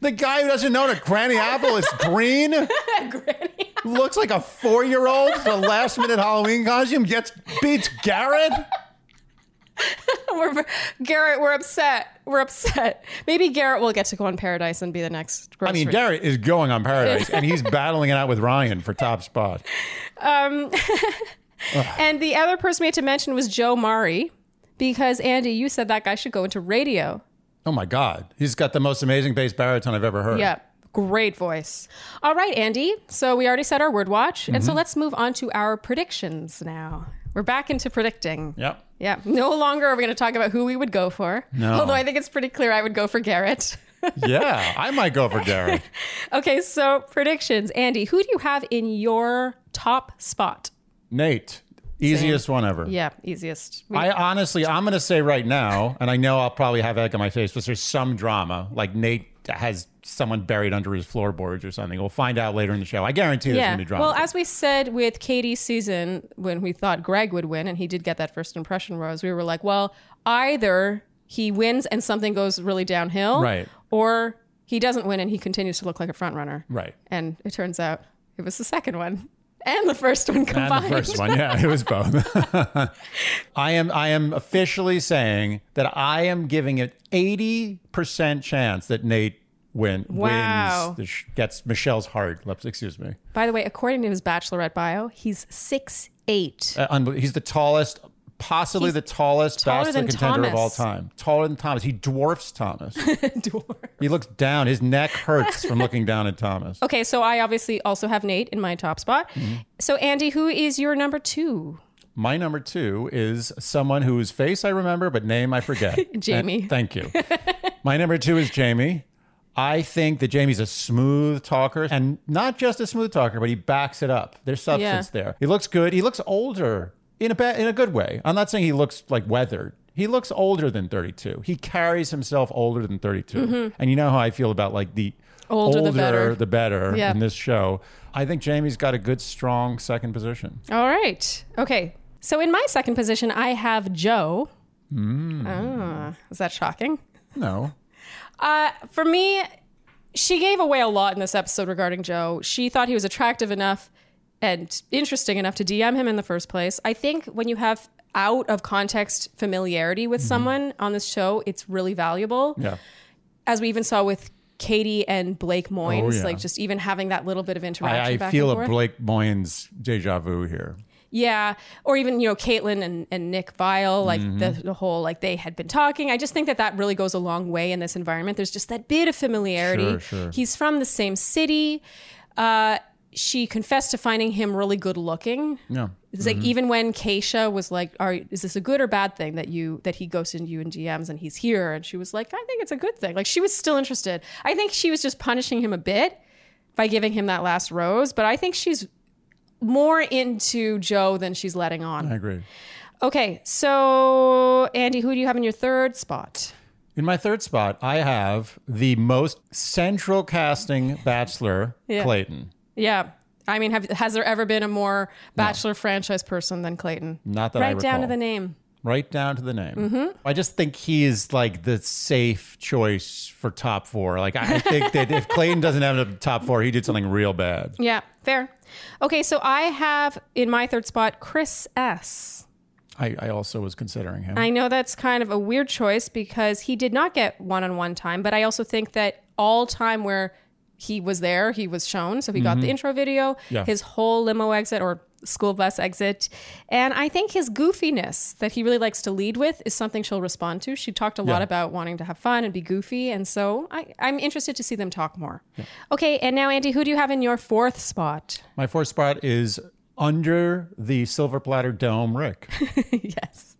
S1: The guy who doesn't know that Granny Apple is green, looks like a four-year-old for a last-minute Halloween costume, gets beats Garrett.
S2: We're- Garrett, we're upset. We're upset. Maybe Garrett will get to go on Paradise and be the next
S1: I
S2: grocery.
S1: mean, Garrett is going on Paradise, and he's battling it out with Ryan for top spot.
S2: and the other person we had to mention was Joe Mari, because Andy, you said that guy should go into radio.
S1: Oh my God, he's got the most amazing bass baritone I've ever heard.
S2: Yeah. Great voice. All right, Andy. So we already said our word watch. And so
S1: Mm-hmm.
S2: let's move on to our predictions now. We're back into predicting.
S1: Yep.
S2: Yeah. No longer are we going to talk about who we would go for.
S1: No.
S2: Although I think it's pretty clear I would go for Garrett.
S1: Yeah, I might go for Garrett.
S2: Okay, so predictions. Andy, who do you have in your top spot?
S1: Nate, easiest one ever.
S2: Yeah, easiest.
S1: I honestly, I'm going to say right now, and I know I'll probably have egg on my face, but there's some drama. Like Nate has someone buried under his floorboards or something. We'll find out later in the show. I guarantee there's
S2: yeah.
S1: going to be drama.
S2: Well, as we said with Katie's season, when we thought Greg would win and he did get that first impression rose, we were like, well, either he wins and something goes really downhill,
S1: Right.
S2: or he doesn't win and he continues to look like a front runner.
S1: right.
S2: And it turns out it was the second one and the first one
S1: And
S2: combined.
S1: the first one, yeah, it was both. I am, I am officially saying that I am giving it 80% chance that Nate win,
S2: Wow.
S1: wins, the sh- gets Michelle's heart. Lips, excuse me.
S2: By the way, according to his bachelorette bio, he's six eight.
S1: Uh, unbe- he's the tallest, possibly the tallest
S2: taller
S1: bachelor
S2: than
S1: contender of all
S2: Thomas.
S1: time. Taller than Thomas. He dwarfs Thomas. He looks down. His neck hurts from looking down at Thomas.
S2: Okay, so I obviously also have Nate in my top spot. So Andy, who is your number two?
S1: My number two is someone whose face I remember, but name I forget.
S2: Jamie.
S1: And- thank you. My number two is Jamie. I think that Jamie's a smooth talker and not just a smooth talker, but he backs it up. There's substance there. He looks good. He looks older in a, ba- in a good way. I'm not saying he looks like weathered. He looks older than 32. He carries himself older than 32. And you know how I feel about like the
S2: Mm-hmm. Older the better.
S1: the better
S2: Yeah.
S1: in this show. I think Jamie's got a good, strong second position.
S2: All right. Okay. So in my second position, I have Joe. Ah, is that shocking?
S1: No.
S2: Uh, for me, she gave away a lot in this episode regarding Joe. She thought he was attractive enough and interesting enough to DM him in the first place. I think when you have out of context familiarity with someone on this show, it's really valuable.
S1: Yeah.
S2: as we even saw with Katie and Blake Moynes,
S1: Oh, yeah.
S2: like just even having that little bit of interaction.
S1: I, I
S2: back
S1: feel
S2: and
S1: a
S2: forth.
S1: Blake Moynes deja vu here.
S2: Yeah. Or even, you know, Caitlyn and, and Nick Vile, like
S1: Mm-hmm.
S2: the, the whole, like they had been talking. I just think that that really goes a long way in this environment. There's just that bit of familiarity.
S1: Sure, sure.
S2: He's from the same city. Uh, she confessed to finding him really good looking.
S1: Yeah.
S2: It's
S1: Mm-hmm.
S2: like even when Keisha was like, "Are is this a good or bad thing that you that he ghosted you in DMs and he's here?" and she was like, "I think it's a good thing." Like she was still interested. I think she was just punishing him a bit by giving him that last rose, but I think she's more into Joe than she's letting
S1: I
S2: on.
S1: agree.
S2: Okay, so Andy, who do you have in your third spot?
S1: In my third spot, I have the most central casting bachelor,
S2: Yeah.
S1: Clayton.
S2: Yeah. I mean, have, has there ever been a more Bachelor franchise person than Clayton?
S1: Not that I
S2: right down to
S1: recall.
S2: the Mm-hmm. name.
S1: Right down to the name. I just think he is like the safe choice for top four. Like I think that if Clayton doesn't have a top four, he did something real bad.
S2: Yeah, fair. Okay, so I have in my third spot Chris S.
S1: I, I also was considering him.
S2: I know that's kind of a weird choice because he did not get one on one time, but I also think that all time where he was there, he was shown. So he got the intro video,
S1: Mm-hmm. Yeah.
S2: his whole limo exit or school bus exit. And I think his goofiness that he really likes to lead with is something she'll respond to. She talked a lot
S1: Yeah.
S2: about wanting to have fun and be goofy. And so I, I'm interested to see them talk more. Okay, and now, Andy, who do you have in your fourth spot?
S1: My fourth spot is under the silver platter dome, Rick.
S2: yes.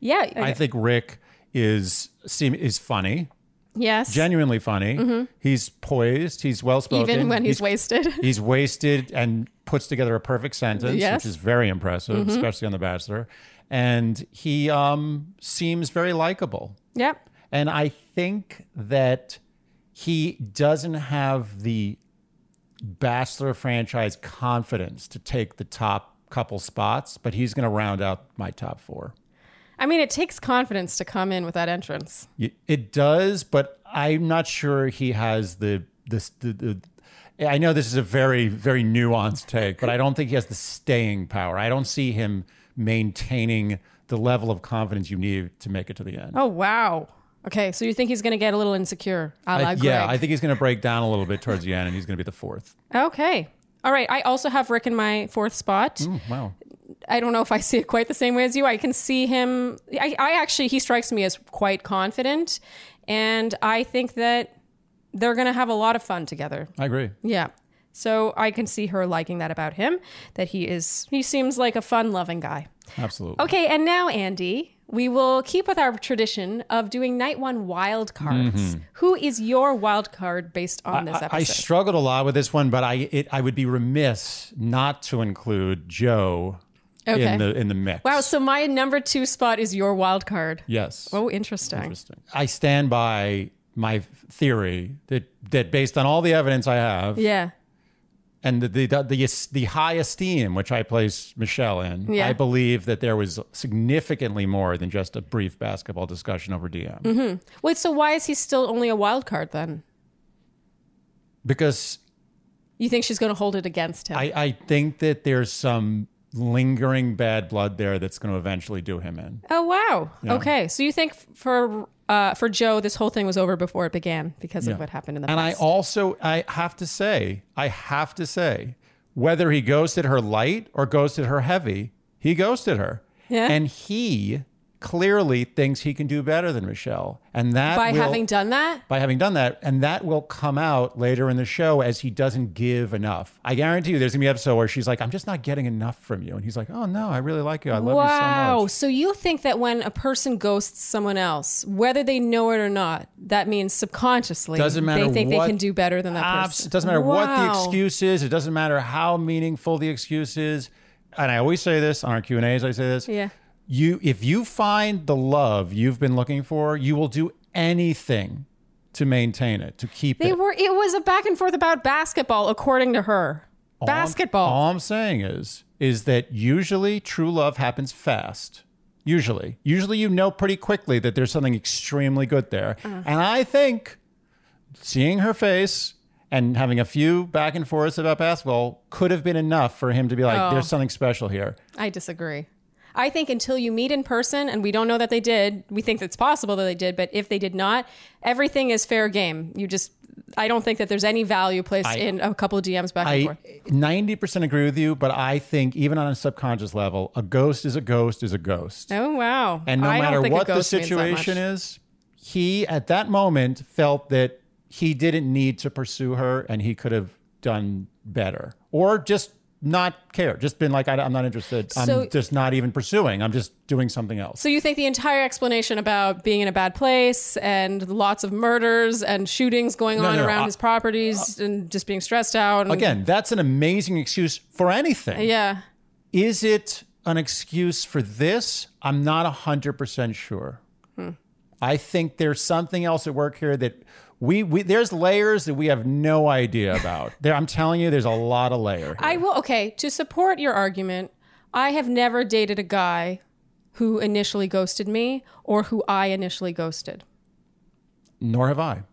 S2: Yeah.
S1: I think Rick is seem is funny,
S2: yes.
S1: genuinely funny. He's poised. He's well spoken.
S2: Mm-hmm. even when he's, wasted.
S1: He's wasted and puts together a perfect sentence,
S2: Yes. Mm-hmm.
S1: which is very impressive, especially on The Bachelor. And he um, seems very likable.
S2: yep.
S1: And I think that he doesn't have the Bachelor franchise confidence to take the top couple spots, but he's going to round out my top four.
S2: I mean, it takes confidence to come in with that entrance.
S1: Y- It does, but I'm not sure he has the this the. the I know this is a very, very nuanced take, but I don't think he has the staying power. I don't see him maintaining the level of confidence you need to make it to the end.
S2: Oh wow. Okay, so you think he's going to get a little insecure, a la
S1: I-
S2: Greg?
S1: yeah, I think he's going to break down a little bit towards the end, and he's going to be the fourth.
S2: okay. All right. I also have Rick in my fourth spot.
S1: Mm, Wow.
S2: I don't know if I see it quite the same way as you. I can see him. I, I actually, he strikes me as quite confident, and I think that they're going to have a lot of fun together.
S1: I agree.
S2: Yeah. So I can see her liking that about him. That he is. He seems like a fun-loving guy.
S1: Absolutely.
S2: Okay, and now, Andy, we will keep with our tradition of doing night one wild cards. Who is your wild card based on this
S1: Mm-hmm. I,
S2: episode?
S1: I struggled a lot with this one, but I it, I would be remiss not to include Joe
S2: Okay.
S1: in the in the mix.
S2: wow, Oh, so my number two spot is your wild card.
S1: Yes.
S2: Oh, interesting.
S1: Interesting. I stand by my theory that that based on all the evidence I have
S2: Yeah.
S1: and the the, the the high esteem which I place Michelle in,
S2: Yeah.
S1: I believe that there was significantly more than just a brief basketball discussion over DM.
S2: Mm-hmm. Wait, so why is he still only a wild card then?
S1: Because
S2: You think she's going to hold it against him?
S1: I, I think that there's some lingering bad blood there that's going to eventually do him in.
S2: oh, wow. Okay, so you think f- for uh, for Joe, this whole thing was over before it began because of what happened in the
S1: And I
S2: past.
S1: also I have to say, I have to say, whether he ghosted her light or ghosted her heavy, he ghosted her.
S2: Yeah.
S1: And he clearly thinks he can do better than Michelle. And that
S2: By
S1: will-
S2: having done that?
S1: by having done that, and that will come out later in the show as he doesn't give enough. I guarantee you there's gonna be an episode where she's like, I'm just not getting enough from you. And he's like, Oh no, I really like you. I love
S2: wow.
S1: you so much.
S2: So you think that when a person ghosts someone else, whether they know it or not, that means subconsciously
S1: Doesn't matter
S2: they think
S1: what-
S2: they can do better than that
S1: Abs-
S2: person.
S1: it doesn't matter what the
S2: Wow.
S1: excuse is. It doesn't matter how meaningful the excuse is. And I always say this on our Q and A's. I say this.
S2: Yeah.
S1: You, if you find the love you've been looking for, you will do anything to maintain it, to keep
S2: They
S1: it.
S2: were it was a back and forth about basketball according to her.
S1: All I'm-
S2: basketball.
S1: all I'm saying is, is that usually true love happens fast. Usually, usually you know pretty quickly that there's something extremely good there.
S2: Uh-huh.
S1: And I think seeing her face and having a few back and forths about basketball could have been enough for him to be like,
S2: Oh.
S1: "There's something special here."
S2: I disagree. I think until you meet in person, and we don't know that they did, we think it's possible that they did, but if they did not, everything is fair game. You just, I don't think that there's any value placed
S1: I-
S2: in a couple of DMs back and
S1: I
S2: forth.
S1: 90% agree with you, but I think even on a subconscious level, a ghost is a ghost is a ghost.
S2: Oh wow!
S1: And no
S2: I don't
S1: matter
S2: think a
S1: what the
S2: ghost means that
S1: situation
S2: much.
S1: is, he at that moment felt that he didn't need to pursue her and he could have done better or just not care, just been like, I, am not interested.
S2: So-
S1: I'm just not even pursuing. I'm just doing something else.
S2: So you think the entire explanation about being in a bad place and lots of murders and shootings going
S1: No,
S2: on
S1: no,
S2: around
S1: I-
S2: his properties and just being stressed out and,
S1: Again, that's an amazing excuse for anything.
S2: yeah.
S1: Is it an excuse for this? I'm not 100% sure.
S2: Hmm.
S1: I think there's something else at work here that we, we there's layers that we have no idea about. there, I'm telling you, there's a lot of layer.
S2: I will. Okay, to support your argument, I have never dated a guy who initially ghosted me or who I initially ghosted.
S1: Nor have I.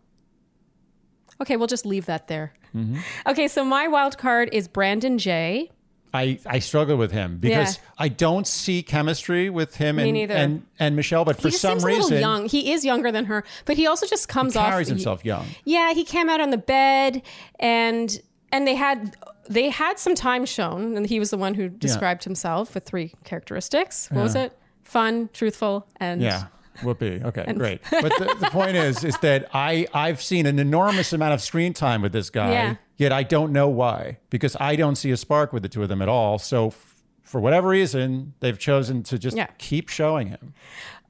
S2: Okay, we'll just leave that there.
S1: Mm-hmm.
S2: Okay, so my wild card is Brandon J.
S1: I, I struggle with him because
S2: Yeah.
S1: I don't see chemistry with him and,
S2: neither.
S1: and and Michelle. But for
S2: He just
S1: some
S2: seems a
S1: reason,
S2: little young. He is younger than her, but he also just comes off
S1: carries himself young.
S2: Yeah, he came out on the bed and and they had they had some time shown and he was the one who described himself with three characteristics. What was it? Fun, truthful, and
S1: Yeah. Whoopee. Okay, great. But the, the point is, is that I I've seen an enormous amount of screen time with this guy,
S2: Yeah.
S1: yet I don't know why because I don't see a spark with the two of them at all. So f- for whatever reason, they've chosen to just
S2: Yeah.
S1: keep showing him.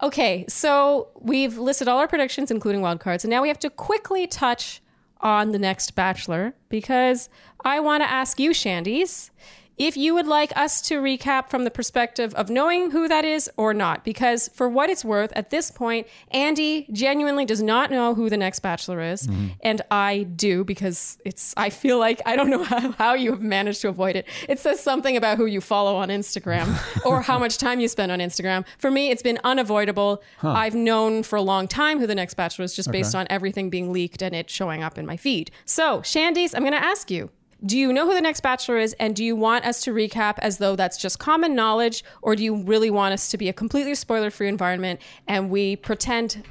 S2: Okay, so we've listed all our predictions, including wild cards, and now we have to quickly touch on the next Bachelor because I want to ask you, Shandies, if you would like us to recap from the perspective of knowing who that is or not. Because for what it's worth, at this point, Andy genuinely does not know who the next Bachelor is, and I do because it's. I feel like I don't know how, how you have managed to avoid it. It says something about who you follow on Instagram or how much time you spend on Instagram. For me, it's been unavoidable. I've known for a long time who the next bachelor is just based on everything being leaked and it showing up in my feed. So, Shandies, I'm going to ask you. Do you know who the next bachelor is and do you want us to recap as though that's just common knowledge or do you really want us to be a completely spoiler-free environment and we pretend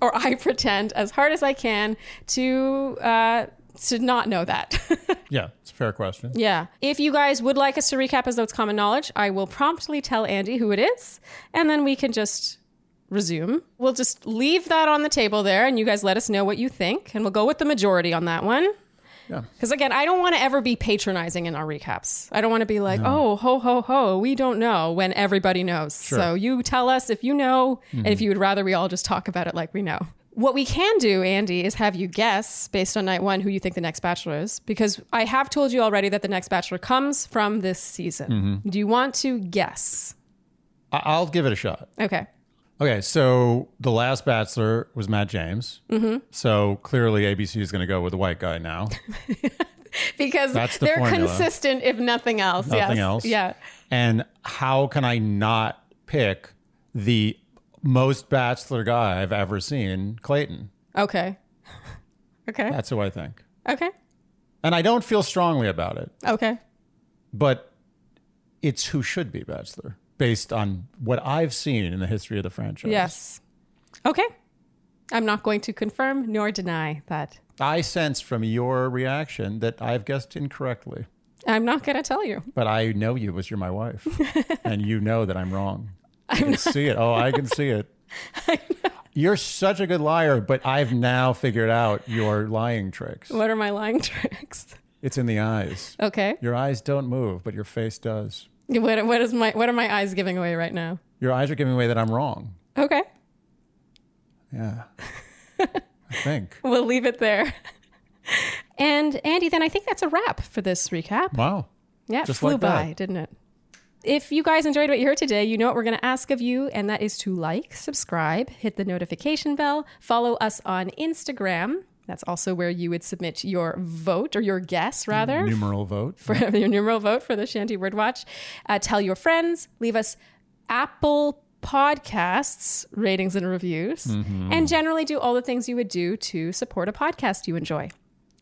S2: or I pretend as hard as I can to uh, to not know that.
S1: Yeah, it's a fair question.
S2: yeah. If you guys would like us to recap as though it's common knowledge, I will promptly tell Andy who it is, and then we can just resume. We'll just leave that on the table there, and you guys let us know what you think, and we'll go with the majority on that one.
S1: Yeah.
S2: Because again, I don't want to ever be patronizing in our recaps. I don't want to be like, oh, ho, ho, ho, we don't know when everybody knows. So you tell us if you know and
S1: Mm.
S2: if you would rather we all just talk about it like we know. What we can do, Andy, is have you guess based on night one who you think the next bachelor is. Because I have told you already that the next bachelor comes from this season.
S1: Mm-hmm.
S2: Do you want to guess?
S1: I- I'll give it a shot.
S2: Okay.
S1: Okay, so the last bachelor was Matt James. Mm-hmm. So clearly, ABC is going to go with the white guy now.
S2: Because
S1: That's the
S2: they're
S1: formula.
S2: consistent, if nothing else.
S1: nothing
S2: yes.
S1: else.
S2: Yeah.
S1: And how can I not pick the most bachelor guy I've ever seen, Clayton?
S2: Okay. okay.
S1: That's who I think.
S2: Okay.
S1: And I don't feel strongly about it,
S2: Okay.
S1: but it's who should be bachelor based on what I've seen in the history of the franchise.
S2: Yes. Okay. I'm not going to confirm nor deny that.
S1: I sense from your reaction that I've guessed incorrectly,
S2: I'm not going to tell you.
S1: but I know you as you're my wife, and you know that I'm wrong. I can see it. Oh, I can see it. You're such a good liar, but I've now figured out your lying tricks.
S2: What are my lying tricks?
S1: It's in the eyes.
S2: Okay.
S1: Your eyes don't move, but your face does.
S2: What, what is my what are my eyes giving away right now?
S1: Your eyes are giving away that I'm wrong.
S2: Okay.
S1: Yeah. I think.
S2: We'll leave it there. And Andy, then I think that's a wrap for this recap.
S1: Wow.
S2: Yeah, it
S1: Just
S2: flew
S1: like that.
S2: by, didn't it? If you guys enjoyed what you heard today, you know what we're going to ask of you, and that is to like, subscribe, hit the notification bell, follow us on Instagram. That's also where you would submit your vote or your guess, rather,
S1: Numeral vote.
S2: for your numeral vote for the Shanty Word Watch. Uh, tell your friends, leave us Apple Podcasts ratings and reviews, and generally do all the things you would do to support a podcast you enjoy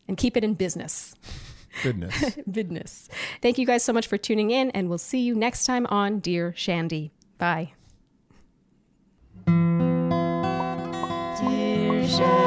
S2: and keep it in business.
S1: Goodness.
S2: Vidness. Thank you guys so much for tuning in, and we'll see you next time on Dear Shandy. Bye. Dear Shandy.